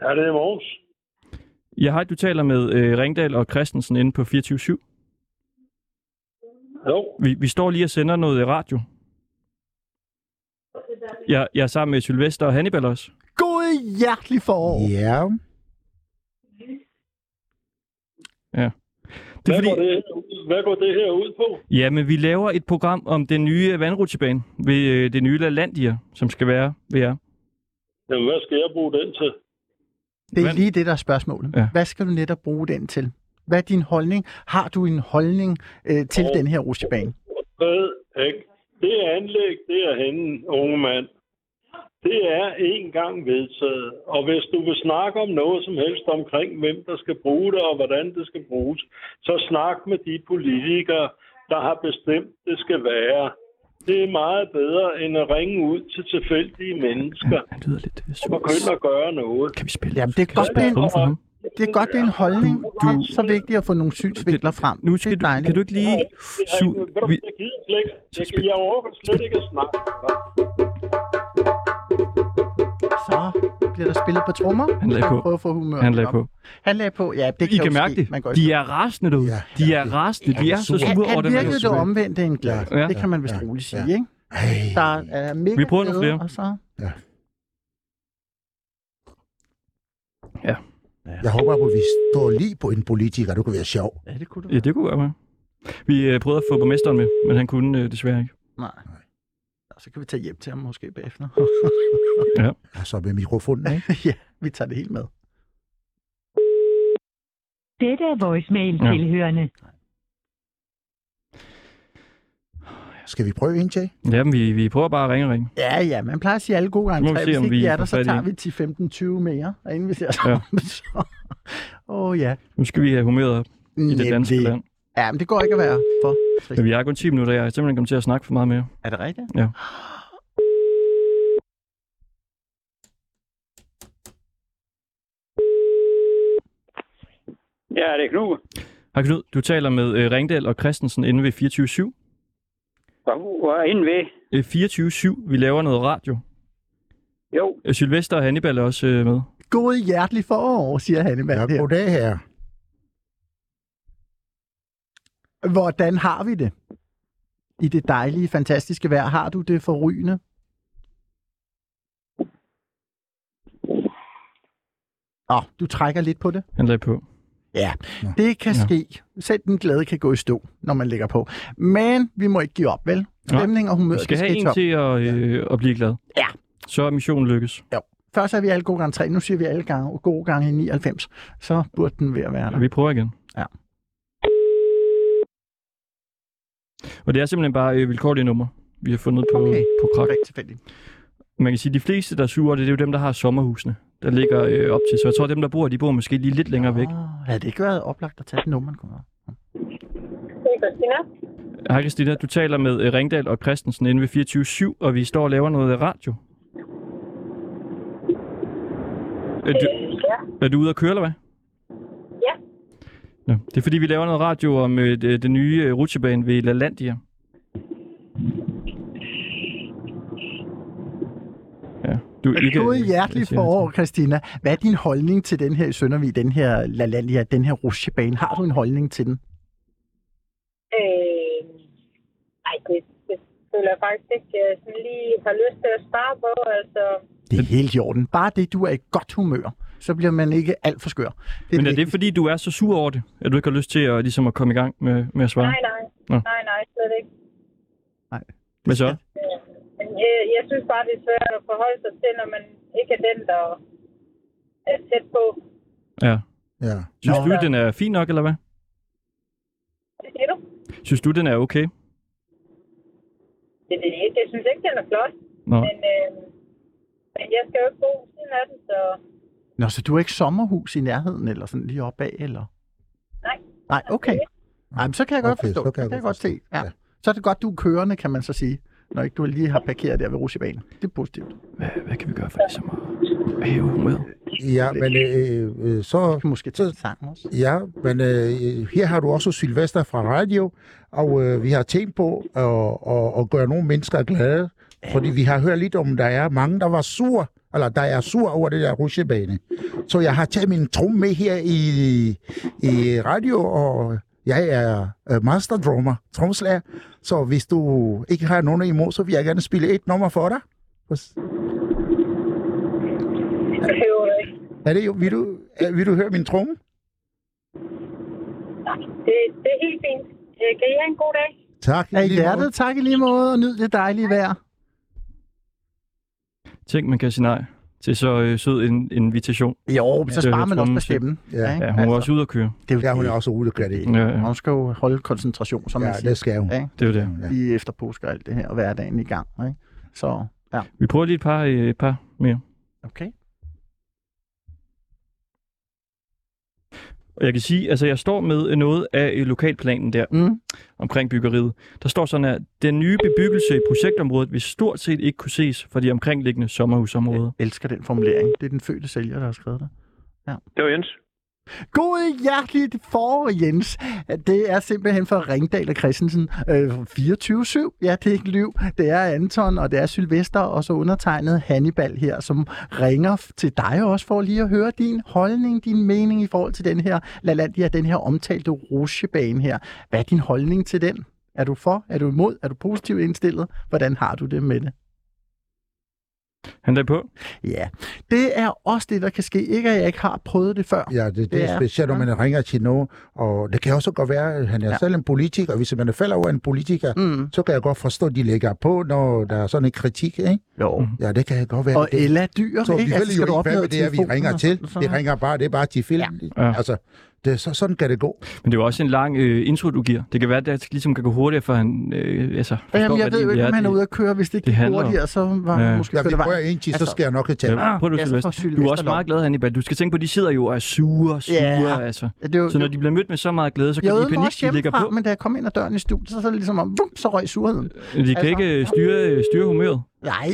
S7: Ja, det er Mogens.
S4: Ja, hej, du taler med øh, Ringdal og Christensen inde på 24-7.
S7: Jo.
S4: Vi, vi står lige og sender noget øh, radio. Jeg, jeg er sammen med Sylvester og Hannibal også.
S2: God hjertelig forår.
S3: Ja.
S4: Det er fordi,
S7: det, hvad går det her ud på?
S4: ja, men vi laver et program om den nye øh, vandrutsjebane ved øh, det nye LaLandia, som skal være ved jer.
S8: Jamen, hvad skal jeg bruge den til?
S2: Det er
S4: Men-
S2: lige det, der er spørgsmålet.
S4: Ja.
S2: Ja. Hvad skal du netop bruge den til? Hvad er din holdning? Har du en holdning øh, til den her rutsjebane?
S8: Ved ikke. Det anlæg derhenne, unge mand, det er en gang vedtaget. Og hvis du vil snakke om noget som helst omkring, hvem der skal bruge det og hvordan det skal bruges, så snak med de politikere, der har bestemt, det skal være. Det er meget bedre, end at ringe ud til tilfældige mennesker
S4: Han lyder lidt øh,
S8: og
S4: sur.
S8: begynde at gøre noget.
S4: Kan vi spille?
S2: Jamen, det er godt, det er,
S4: spille
S2: en,
S4: trummen for ham?
S2: det er godt, det er en holdning.
S8: Du-
S2: Det er så vigtigt at få nogle synsvinkler frem.
S4: Nu
S2: det
S4: skal
S2: er
S4: du, kan du ikke lige...
S8: Det har
S4: Su,
S8: ikke, ved du,
S4: vi,
S8: jeg gider slet ikke. Jeg, jeg overgår slet ikke at snakke.
S2: Så bliver der spillet på trommer.
S4: Han lagde på.
S2: Prøve at få humøret
S4: han lagde
S2: op.
S4: på.
S2: Han lagde på, ja, det
S4: I
S2: kan, jo
S4: kan mærke
S2: ske.
S4: det.
S2: Man går
S4: De er rasende derude.
S3: Ja,
S4: De er rasende. De er så
S3: Han-
S4: sure over
S2: han,
S4: det.
S2: han virkede
S4: man-
S2: det omvendte en glad.
S4: Ja.
S2: Ja. Det kan man vist
S3: Ja.
S2: roligt sige,
S3: Ja.
S2: ikke?
S3: Ej,
S2: Der er mega
S4: Vi prøver nogle
S2: glade,
S4: flere.
S2: Og så...
S3: jeg håber, at vi står lige på en politiker. Det kunne være sjovt.
S2: Ja, det kunne du
S4: Ja, det kunne være med. Vi øh, prøvede at få borgmesteren med, men han kunne øh, desværre ikke.
S2: Nej. Nå, Så kan vi tage hjem til ham måske bagefter. [laughs]
S3: Altså med mikrofonen, ikke?
S7: [laughs]
S2: ja, vi tager det helt med.
S9: Dette er voicemail
S4: Ja.
S9: tilhørende.
S3: Skal vi prøve en til?
S4: Jamen, vi, vi prøver bare at ringe og ringe.
S2: Ja, ja, man plejer at sige alle gode
S4: må
S2: gange
S4: vi
S2: tre.
S4: se,
S2: Hvis
S4: om
S2: ikke
S4: vi
S2: vi er der,
S4: får
S2: så
S4: fat i
S2: tager
S4: en.
S2: vi 10-15-20 mere, og inden vi ser
S4: Ja.
S2: sammen, [laughs] så... Åh oh, ja.
S4: Nu skal vi have humøret op i det danske land.
S2: Ja, men det går ikke at være for.
S4: Men vi har kun 10 minutter, jeg er simpelthen kommet til at snakke for meget mere.
S2: Er det rigtigt?
S4: Ja.
S8: Ja, det er Knud.
S4: Hej Knud, du taler med øh, Ringdal og Christensen inde ved 24-7.
S8: Hvor er inde ved?
S4: Øh, 24-7, vi laver noget radio.
S8: Jo,
S4: Øh, Sylvester og Hannibal er også øh, med.
S2: God hjertelig forår, siger Hannibal
S3: Ja,
S2: ja, her.
S3: goddag her.
S2: Hvordan har vi det? I det dejlige, fantastiske vejr, har du det forrygende? Åh, oh, du trækker lidt på det.
S4: Han lagde på.
S2: Ja, det kan
S4: Ja.
S2: ske. Selv den glade kan gå i stå, når man lægger på. Men vi må ikke give op, vel?
S4: Nej.
S2: Stemning og humør,
S4: Vi skal
S2: det
S4: have
S2: i
S4: en
S2: top.
S4: til at, øh, at blive glad.
S2: Ja.
S4: Så er missionen lykkes.
S2: Først er vi alle gode gange 3, nu siger vi alle gange, gode gange i 99. Så burde den ved at være
S4: Ja.
S2: der.
S4: Vi prøver igen.
S2: Ja.
S4: Og det er simpelthen bare øh, vilkårlige numre, vi har fundet på,
S2: Okay.
S4: på krak.
S2: Rigtig tilfældigt.
S4: Man kan sige, at de fleste, der suger det, det er jo dem, der har sommerhusene, der ligger øh, op til. Så jeg tror, at dem, der bor, de bor måske lige lidt længere væk.
S2: Åh, havde det ikke været oplagt at tage den nummer, kunne være?
S4: Hej Christina, du taler med øh, Ringdal og Christensen inde ved 24 og vi står og laver noget radio. Er du, er du ude at køre, eller hvad?
S10: Ja.
S4: Nå, det er fordi, vi laver noget radio om øh, det- den nye øh, rutsjebane ved LaLandia. Ja, du, I kan-
S2: God
S4: jeg
S2: hjertelig
S4: øh, siger-
S2: forår, Christina. Hvad er din holdning til den her i Søndervig, den her Lalandia, den her rusjebane? Har du en holdning til den?
S10: Øh, ej, det, det føler jeg faktisk ikke, jeg sådan lige har lyst til at svare på. Altså,
S2: Det er helt i orden. Bare det, du er i godt humør, så bliver man ikke alt for skør. Det
S4: Men er det,
S2: vigtigste.
S4: fordi du er så sur over det, at du ikke har lyst til at, ligesom at komme i gang med, med at svare?
S10: nej, nej.
S4: Nå.
S10: Nej, nej, slet ikke.
S4: Hvad så?
S10: Men jeg, jeg synes bare, det er svært at forholde sig til, når man ikke er den, der er tæt på.
S4: Ja.
S3: Ja.
S4: Synes du, den er fin nok, eller hvad?
S10: Hvad siger du?
S4: Synes du, den er okay?
S10: Det, det, ikke. jeg synes ikke, den er flot.
S4: Nå.
S10: Men, øh, men jeg skal jo ikke bo ved siden af den, så
S2: Nå, så du har ikke sommerhus i nærheden, eller sådan lige opad, eller?
S10: Nej.
S2: Nej, okay. Nej, men så kan jeg godt
S3: Okay,
S2: forstå.
S3: så
S2: det. kan jeg godt se. Ja.
S3: Ja.
S2: Så er det godt, du er kørende, kan man så sige, når ikke du lige har parkeret der ved Rusjebanen. Det er positivt. Du
S4: Hvad, hvad kan vi gøre for ligesom at hæve humøret?
S3: Ja, men øh, øh, så...
S2: kan måske tage sangen også.
S3: Ja, men øh, her har du også Sylvester fra Radio, og øh, vi har tænkt på at, at, at gøre nogle mennesker glade, fordi vi har hørt lidt om, der er mange, der var sur, eller der er sur over det der rutsjebane. Så jeg har taget min trum med her i, i radio, og jeg er øh, masterdrummer, tromslager, så hvis du ikke har nogen imod, så vil jeg gerne spille et nummer for dig.
S10: det behøver du ikke.
S3: Er det jo, vil, du, er- vil du høre min tromme?
S10: Nej, det, det er helt fint. Øh, Kan I have en god dag?
S3: Tak.
S2: Af
S3: i lige måde.
S2: hjertet, tak i lige måde, og nyd det dejlige vejr.
S4: Tænk, man kan sige nej til så øh, sød en, en invitation.
S2: Jo, men så
S4: Det
S2: sparer
S4: hører
S2: man også på
S4: trommen til.
S2: stemmen.
S3: Ja.
S2: ikke?
S4: Ja, hun var også ude at køre.
S2: Det er jo
S3: Ja, hun
S2: altså. det.
S3: er også ude og gøre det.
S4: Ja, ja.
S2: Hun skal jo holde koncentration, som man
S3: Ja,
S2: siger.
S3: det skal hun.
S2: ikke?
S4: det er jo det.
S3: Ja.
S2: Lige efter påske og alt det her, og hverdagen i gang. Ikke? Så, ja,
S4: Vi prøver lige et par, øh, et par mere.
S2: okay.
S4: Og jeg kan sige, altså jeg står med noget af øh, lokalplanen der
S2: Mm.
S4: omkring byggeriet. Der står sådan her, den nye bebyggelse i projektområdet vil stort set ikke kunne ses fra de omkringliggende sommerhusområder.
S2: Jeg elsker den formulering. Det er den fødte sælger, der har skrevet det.
S5: Det var Jens.
S2: God hjerteligt forår, Jens. Det er simpelthen fra Ringdal og Christensen. Øh, 24-7. Ja, det er ikke Liv. Det er Anton, og det er Sylvester, og så undertegnet Hannibal her, som ringer f- til dig også for lige at høre din holdning, din mening i forhold til den her Lalandia, den her omtalte rusjebane her. Hvad er din holdning til den? Er du for? Er du imod? Er du positivt indstillet? Hvordan har du det med det?
S4: Han lagde på.
S2: Ja, det er også det, der kan ske. Ikke at jeg ikke har prøvet det før.
S3: Ja, det, det
S2: Det
S3: er
S2: er-
S3: specielt, når man ringer til nogen, og det kan også godt være, at han er
S2: Ja.
S3: ja. selv en politiker, og hvis man falder over en politiker,
S2: Mm.
S3: så kan jeg godt forstå, at de lægger på, når der er sådan en kritik, ikke?
S2: Jo.
S3: Ja, det kan jeg godt være.
S2: Og
S3: det,
S2: Ella Dyr,
S3: så vi
S2: ikke?
S3: ved
S2: Altså, skal du
S3: jo ikke,
S2: opnå
S3: hvad det er, vi
S2: telefonen
S3: ringer
S2: og
S3: til.
S2: sådan
S3: Det
S2: noget?
S3: ringer bare, det er bare tilfældigt.
S4: Ja. Ja.
S3: Altså, det, er så, sådan kan det gå.
S4: Men det er jo også en lang øh, intro, du giver. Det kan være, at det ligesom kan gå hurtigere, for han øh, altså, forstår,
S2: Jamen,
S4: hvad
S2: jeg ved
S4: det
S2: jo ikke,
S4: egentlig
S2: om
S4: er,
S2: han er
S4: det-
S2: ude at køre. Hvis det ikke
S4: det
S2: gik
S4: handler om.
S2: hurtigere, så var han
S4: Ja.
S2: måske
S3: Ja,
S2: kørt
S3: vi
S2: af vejen.
S3: prøver ind til, så
S2: Altså-
S3: skal jeg nok tage.
S4: Ja, prøv du,
S2: Ja, så får
S4: Sylvester. Du er også
S2: Sylvester
S4: meget glad, Hannibal. Du skal tænke på, de sidder jo og er sure, sure,
S2: Ja.
S4: altså.
S2: Ja, Det var,
S4: Så når de bliver mødt med så meget glæde, så kan
S2: jeg
S4: de i
S2: øvede mig
S4: panik,
S2: også
S4: de ligger
S2: hjemmefra,
S4: på.
S2: men da jeg kom ind ad døren i studiet, så, så er det ligesom om, bum, så røg surheden.
S4: De kan
S2: Altså-
S4: ikke øh, styre, øh, styre humøret.
S2: Nej.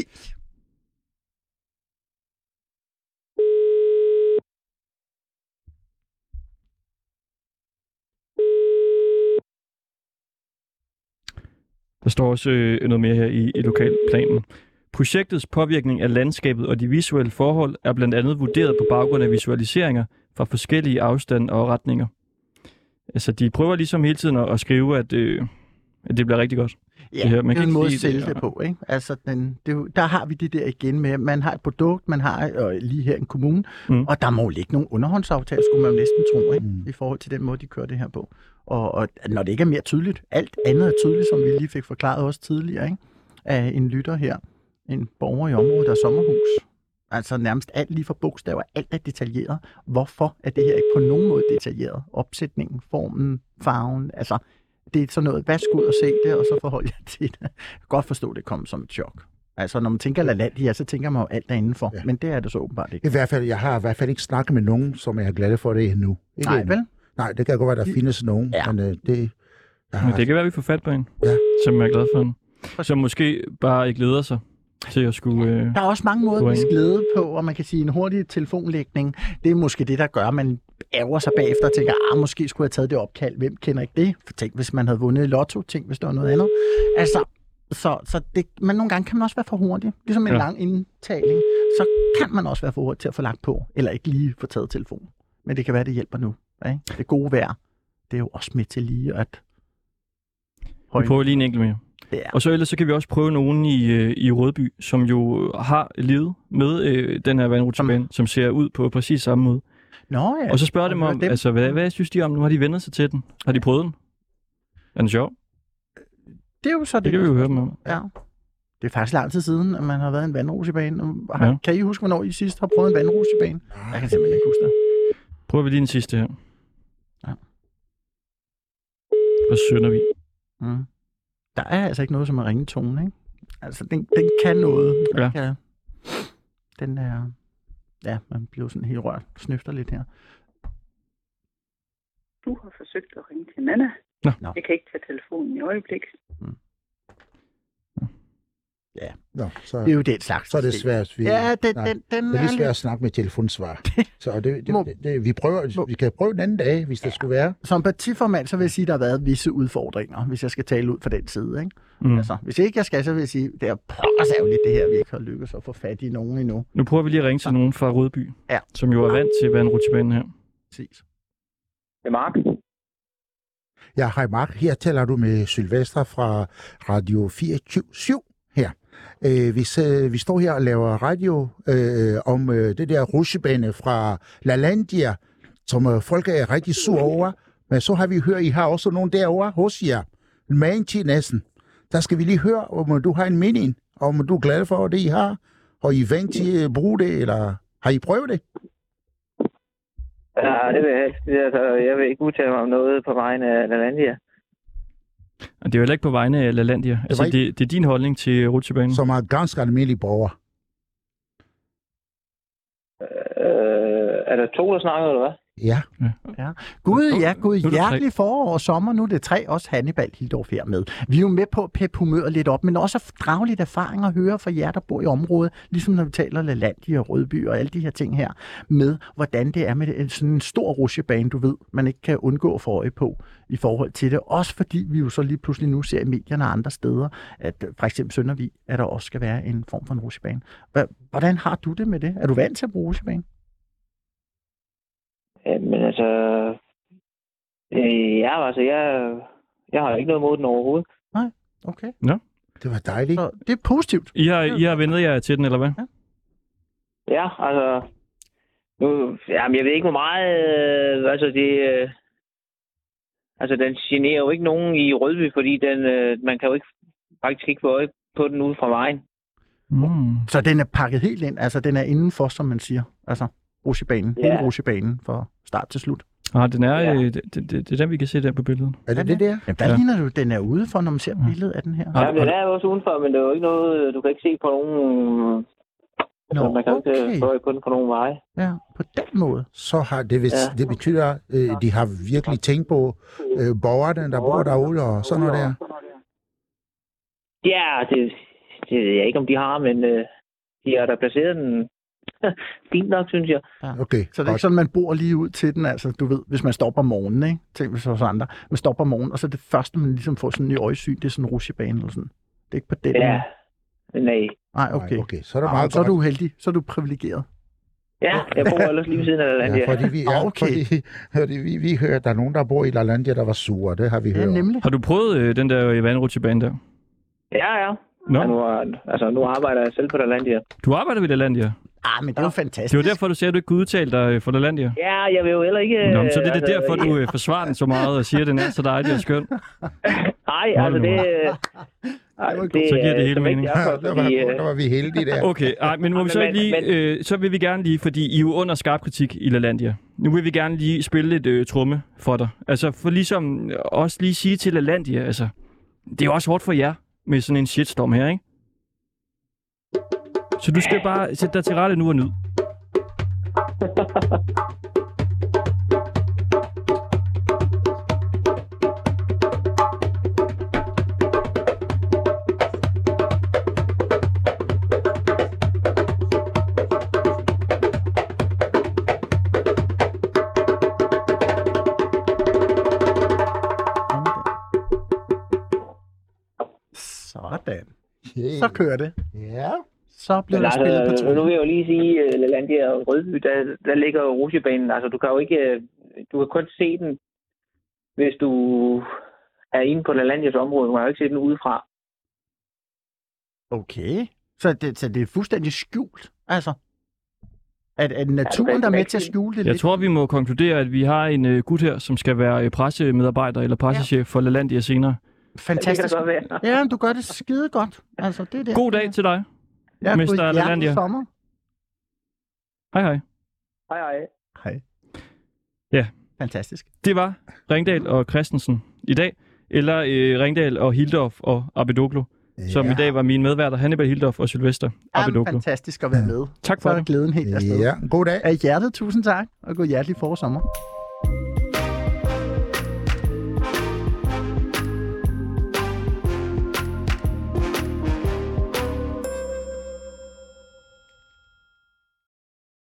S4: Der står også øh, noget mere her i, i lokalplanen. Projektets påvirkning af landskabet og de visuelle forhold er blandt andet vurderet på baggrund af visualiseringer fra forskellige afstande og retninger. Altså, de prøver ligesom hele tiden at, at skrive, at, øh, at det bliver rigtig godt.
S2: Ja,
S4: Det her, man
S2: det,
S4: kan
S2: er en
S4: ikke
S2: måde at
S4: lide det,
S2: sælge det
S4: og-
S2: på. Ikke? Altså, den, det, er jo- der har vi det der igen med, at man har et produkt, man har og lige her en kommune,
S4: Mm.
S2: mm. og der må jo ligge nogle underhåndsaftaler, skulle man jo næsten tro, ikke?
S3: Mm.
S2: Mm. i forhold til den måde, de kører det her på. Og, og når det ikke er mere tydeligt, alt andet er tydeligt, som vi lige fik forklaret også tidligere, ikke? af en lytter her, en borger i området, der er sommerhus. Altså nærmest alt lige fra bogstaver, alt er detaljeret. Hvorfor er det her ikke på nogen måde detaljeret? Opsætningen, formen, farven, altså det er sådan noget, hvad skulle ud og se det, og så forholde jeg til det. Jeg kan godt forstå, at det kom som et chok. Altså, når man tænker LaLandia, så tænker man jo alt derindenfor.
S3: Ja.
S2: Ja. Men det er det så åbenbart ikke.
S3: I hvert fald, jeg har i hvert fald ikke snakket med nogen, som jeg er glad for det endnu. Ikke
S2: Nej,
S3: endnu.
S2: vel?
S3: Nej, det kan godt være, der findes nogen,
S2: Ja.
S3: men øh, det... Jeg
S4: Men
S3: har,
S4: det kan være, at vi får fat på en,
S3: Ja.
S4: som jeg er glad for hende. Som måske bare ikke glæder sig til at skulle... Øh,
S2: Der er også mange måder, vi
S4: Point.
S2: glæde på, og man kan sige, en hurtig telefonlægning, det er måske det, der gør, at man ærger sig bagefter og tænker, ah, måske skulle jeg have taget det opkald. Hvem kender ikke det? For tænk, hvis man havde vundet i lotto. Tænk, hvis det var noget andet. Altså, så, så det, men nogle gange kan man også være for hurtig. Ligesom en
S4: Ja.
S2: ja. lang indtaling, så kan man også være for hurtig til at få lagt på, eller ikke lige få taget telefonen. Men det kan være, det hjælper nu. Ikke? Det gode vejr, det er jo også med til lige at...
S4: vi prøver lige en enkelt mere.
S2: Det er.
S4: Og så ellers så kan vi også prøve nogen i, øh, i Rødby, som jo har levet med øh, den her vandrutsjebane, som ser ud på præcis samme måde.
S2: Nå ja.
S4: Og så spørger
S2: og
S4: jeg dem
S2: høre
S4: om, altså, hvad, hvad synes de om, nu har de vendt sig til den? Har de prøvet den? Er den sjov?
S2: Det er jo så det.
S4: Det kan vi jo høre dem om.
S2: Ja. Det er faktisk lang tid siden, at man har været i en vandrusebane. Har,
S4: Ja.
S2: ja. Kan I huske, hvornår I sidst har prøvet en vandrusebane? Jeg kan simpelthen ikke huske det.
S4: Prøver vi lige den sidste her.
S2: Ja.
S4: Og sønder vi.
S2: Mm. Der er altså ikke noget som at ringe tone, ikke? Altså, den, den kan noget. Den,
S4: Ja.
S2: kan, den er... Ja, man bliver sådan helt rørt. Snøfter lidt her.
S11: Du har forsøgt at ringe til Nana.
S4: Nå.
S2: Nå.
S11: Jeg kan ikke tage telefonen i øjeblikket.
S3: Nå, så,
S2: Det er jo den slags.
S3: så er det
S2: system.
S3: svært. Vi,
S2: Ja, den,
S3: nej,
S2: den, den
S3: det er
S2: er
S3: lige svært at snakke med
S2: [laughs]
S3: telefonsvar. Så det, det,
S2: Må-
S3: det, det, vi, prøver,
S2: Må-
S3: vi kan prøve en anden dag, hvis det skulle være.
S2: Som partiformand, så vil jeg sige, at der har været visse udfordringer, hvis jeg skal tale ud fra den side, ikke?
S4: Mm.
S2: Altså, hvis ikke jeg skal, så vil jeg sige, det er pokkers ærgerligt, det her, vi ikke har lykkes at få fat i nogen endnu.
S4: Nu prøver vi lige at ringe til nogen fra Rødby,
S2: Ja.
S4: som jo er vant til vandrutsjebanen her.
S2: Præcis.
S5: Det er Mark.
S3: Ja, hej Mark. Her taler du med Sylvester fra Radio 24 her. Øh, hvis, øh, vi står her og laver radio øh, om øh, det der rutsjebane fra LaLandia, som øh, folk er rigtig sure over. Men så har vi hørt, I har også nogen derovre hos jer. Magen til næsten. Der skal vi lige høre, om øh, du har en mening, om du er glad for det, I har, Og I vant til at bruge det, eller har I prøvet det?
S12: Ja, det vil jeg ikke. Altså, jeg vil ikke udtale mig om noget på vegne af Lalandia.
S4: Og Det er jo heller ikke på vegne af LaLandia. Altså,
S3: ikke-
S4: det, det er din holdning til rutsjebanen.
S3: Som er ganske almindelig borger.
S12: Øh, er der to, der snakker, eller hvad?
S3: Ja.
S2: ja. Gud, ja, Gud.
S12: nu er det tre.
S2: Hjertelig forår og sommer. Nu er det tre. Også Hannibal Hildorf her med. Vi er jo med på at peppe humøret lidt op, men også at drage lidt erfaring og høre fra jer, der bor i området, ligesom når vi taler Lalandia og Rødby og alle de her ting her, med hvordan det er med det- sådan en stor rusjebane, du ved, man ikke kan undgå at få øje på i forhold til det. Også fordi vi jo så lige pludselig nu ser i medierne og andre steder, at øh, for eksempel Søndervig, at der også skal være en form for en rusjebane. Hva- Hvordan har du det med det? Er du vant til at bruge rusjebane?
S12: Jamen altså... Øh, ja, altså, jeg, jeg har ikke noget mod den overhovedet.
S2: Okay.
S4: Ja.
S3: Det var dejligt.
S2: Så det er positivt.
S4: I har, I har vendet jer til den, eller hvad? Ja.
S12: Ja, altså... Nu, jamen, jeg ved ikke, hvor meget... Øh, altså, det... Øh, altså, den generer jo ikke nogen i Rødby, fordi den, øh, man kan jo ikke, faktisk ikke få øje på den ude fra vejen.
S4: Mm.
S2: Så den er pakket helt ind, altså den er indenfor, som man siger. Altså rusjebanen,
S12: Ja.
S2: yeah. hele rusjebanen fra start til slut.
S4: Ah, den er, ja. øh, det, det, det, er den, vi kan se der på billedet.
S3: Er det det der?
S2: Jamen, der ja. ligner det jo, den er udenfor, når man ser billedet af den her.
S12: Ja, men den er jo også udenfor, men det er jo ikke noget, du kan ikke se på nogen... øh,
S2: Nå,
S12: Altså, man kan jo
S2: okay.
S12: ikke øh, få øje på den på nogen vej.
S2: Ja, på den måde.
S3: Så har det, vist,
S12: Ja.
S3: ja. det betyder, øh, de har virkelig tænkt på øh, borgerne, der bor derude og sådan noget der.
S12: Ja, det, det ved jeg ikke, om de har, men øh, de har da placeret den [laughs] fint nok, synes jeg.
S3: Okay,
S2: så det er ikke sådan, man bor lige ud til den, altså du ved, hvis man stopper om morgenen, ikke? Tænk hvis hos andre. Man stopper om morgenen, og så det første, man ligesom får sådan i øjesyn, det er sådan en rusjebane eller sådan. Det er ikke på den
S12: Ja.
S2: måde.
S12: Nej.
S2: Nej, okay.
S3: Nej, okay. Så er det
S2: Ah,
S3: meget
S2: så er
S3: godt.
S2: du heldig, så er du privilegeret.
S12: Ja, jeg bor ellers lige ved siden af Lalandia.
S3: Ja, fordi vi, ja, okay. fordi, fordi vi, vi hører, at der er nogen, der bor i LaLandia, der var sure. Det har vi hørt.
S4: Har du prøvet øh, den der øh, vandrutsjebane der?
S12: Ja, ja.
S4: Nå.
S12: Ja, nu, er- altså, nu arbejder jeg selv på Lalandia.
S4: Du arbejder ved LaLandia.
S2: Ah, men det er jo fantastisk.
S4: Det var derfor, du sagde, at du ikke kunne udtale dig øh, for LaLandia.
S12: Ja, jeg vil jo heller ikke...
S4: Nå, men så det er
S12: øh,
S4: det
S12: altså,
S4: derfor, du øh, forsvarer den så meget og siger, at den er så dejlig og skøn.
S12: Nej,
S4: Nå,
S12: altså
S4: det
S12: [laughs] det...
S4: var-
S12: øh, Ej,
S4: Så giver
S12: øh,
S4: det hele
S12: som ikke
S4: mening.
S12: jeg er for, fordi, øh,
S4: Okay, ej, men må vi så
S12: men-
S4: ikke lige,
S12: men-
S4: øh, så vil vi gerne lige, fordi I er jo under skarp kritik i LaLandia. Nu vil vi gerne lige spille lidt øh, trumme for dig. Altså, for ligesom øh, også lige sige til LaLandia, altså, det er jo også hårdt for jer med sådan en shitstorm her, ikke? Så du skal bare sætte dig til rette nu og nyd.
S2: Sådan. Så kører det.
S3: Ja.
S2: Så bliver
S12: Men
S2: der spillet på
S12: altså,
S2: trommen.
S12: nu vil jeg jo lige sige, at Lalandia og Rødby, der, der ligger jo rusjebanen. Altså, du kan jo ikke... øh, Du kan kun se den, hvis du er inde på Lalandias område. Du kan jo ikke se den udefra.
S2: Okay. Så det, så det er fuldstændig skjult, altså? At, at
S4: Ja,
S2: naturen,
S4: du
S2: der
S4: kan
S2: er med
S4: ikke
S2: til at skjule det
S4: Jeg
S2: lidt?
S4: tror, vi må konkludere, at vi har en øh, gut her, som skal være øh, pressemedarbejder eller pressechef ja. for LaLandia senere.
S2: Fantastisk. Ja, men du gør det skide godt. Altså, det er det.
S4: God dag til dig,
S2: Ja,
S4: ja,
S2: god
S4: Mr.
S2: hjertelig
S4: LaLandia.
S2: sommer.
S4: Hej, hej.
S12: Hej, hej.
S2: Hej.
S4: Ja.
S2: Fantastisk.
S4: Det var Ringdal og Christensen i dag, eller øh, Ringdal og Hildorf og Abedoglu, ja. som i dag var mine medværter, Hannibal Hildorf og Sylvester
S2: Jamen,
S4: Abedoglu.
S2: fantastisk at være med.
S4: Tak
S2: Så
S4: for
S2: er
S4: det.
S2: glæden helt afsted.
S4: Ja,
S3: god dag.
S2: Af hjertet, tusind tak, og god hjertelig forårsommer.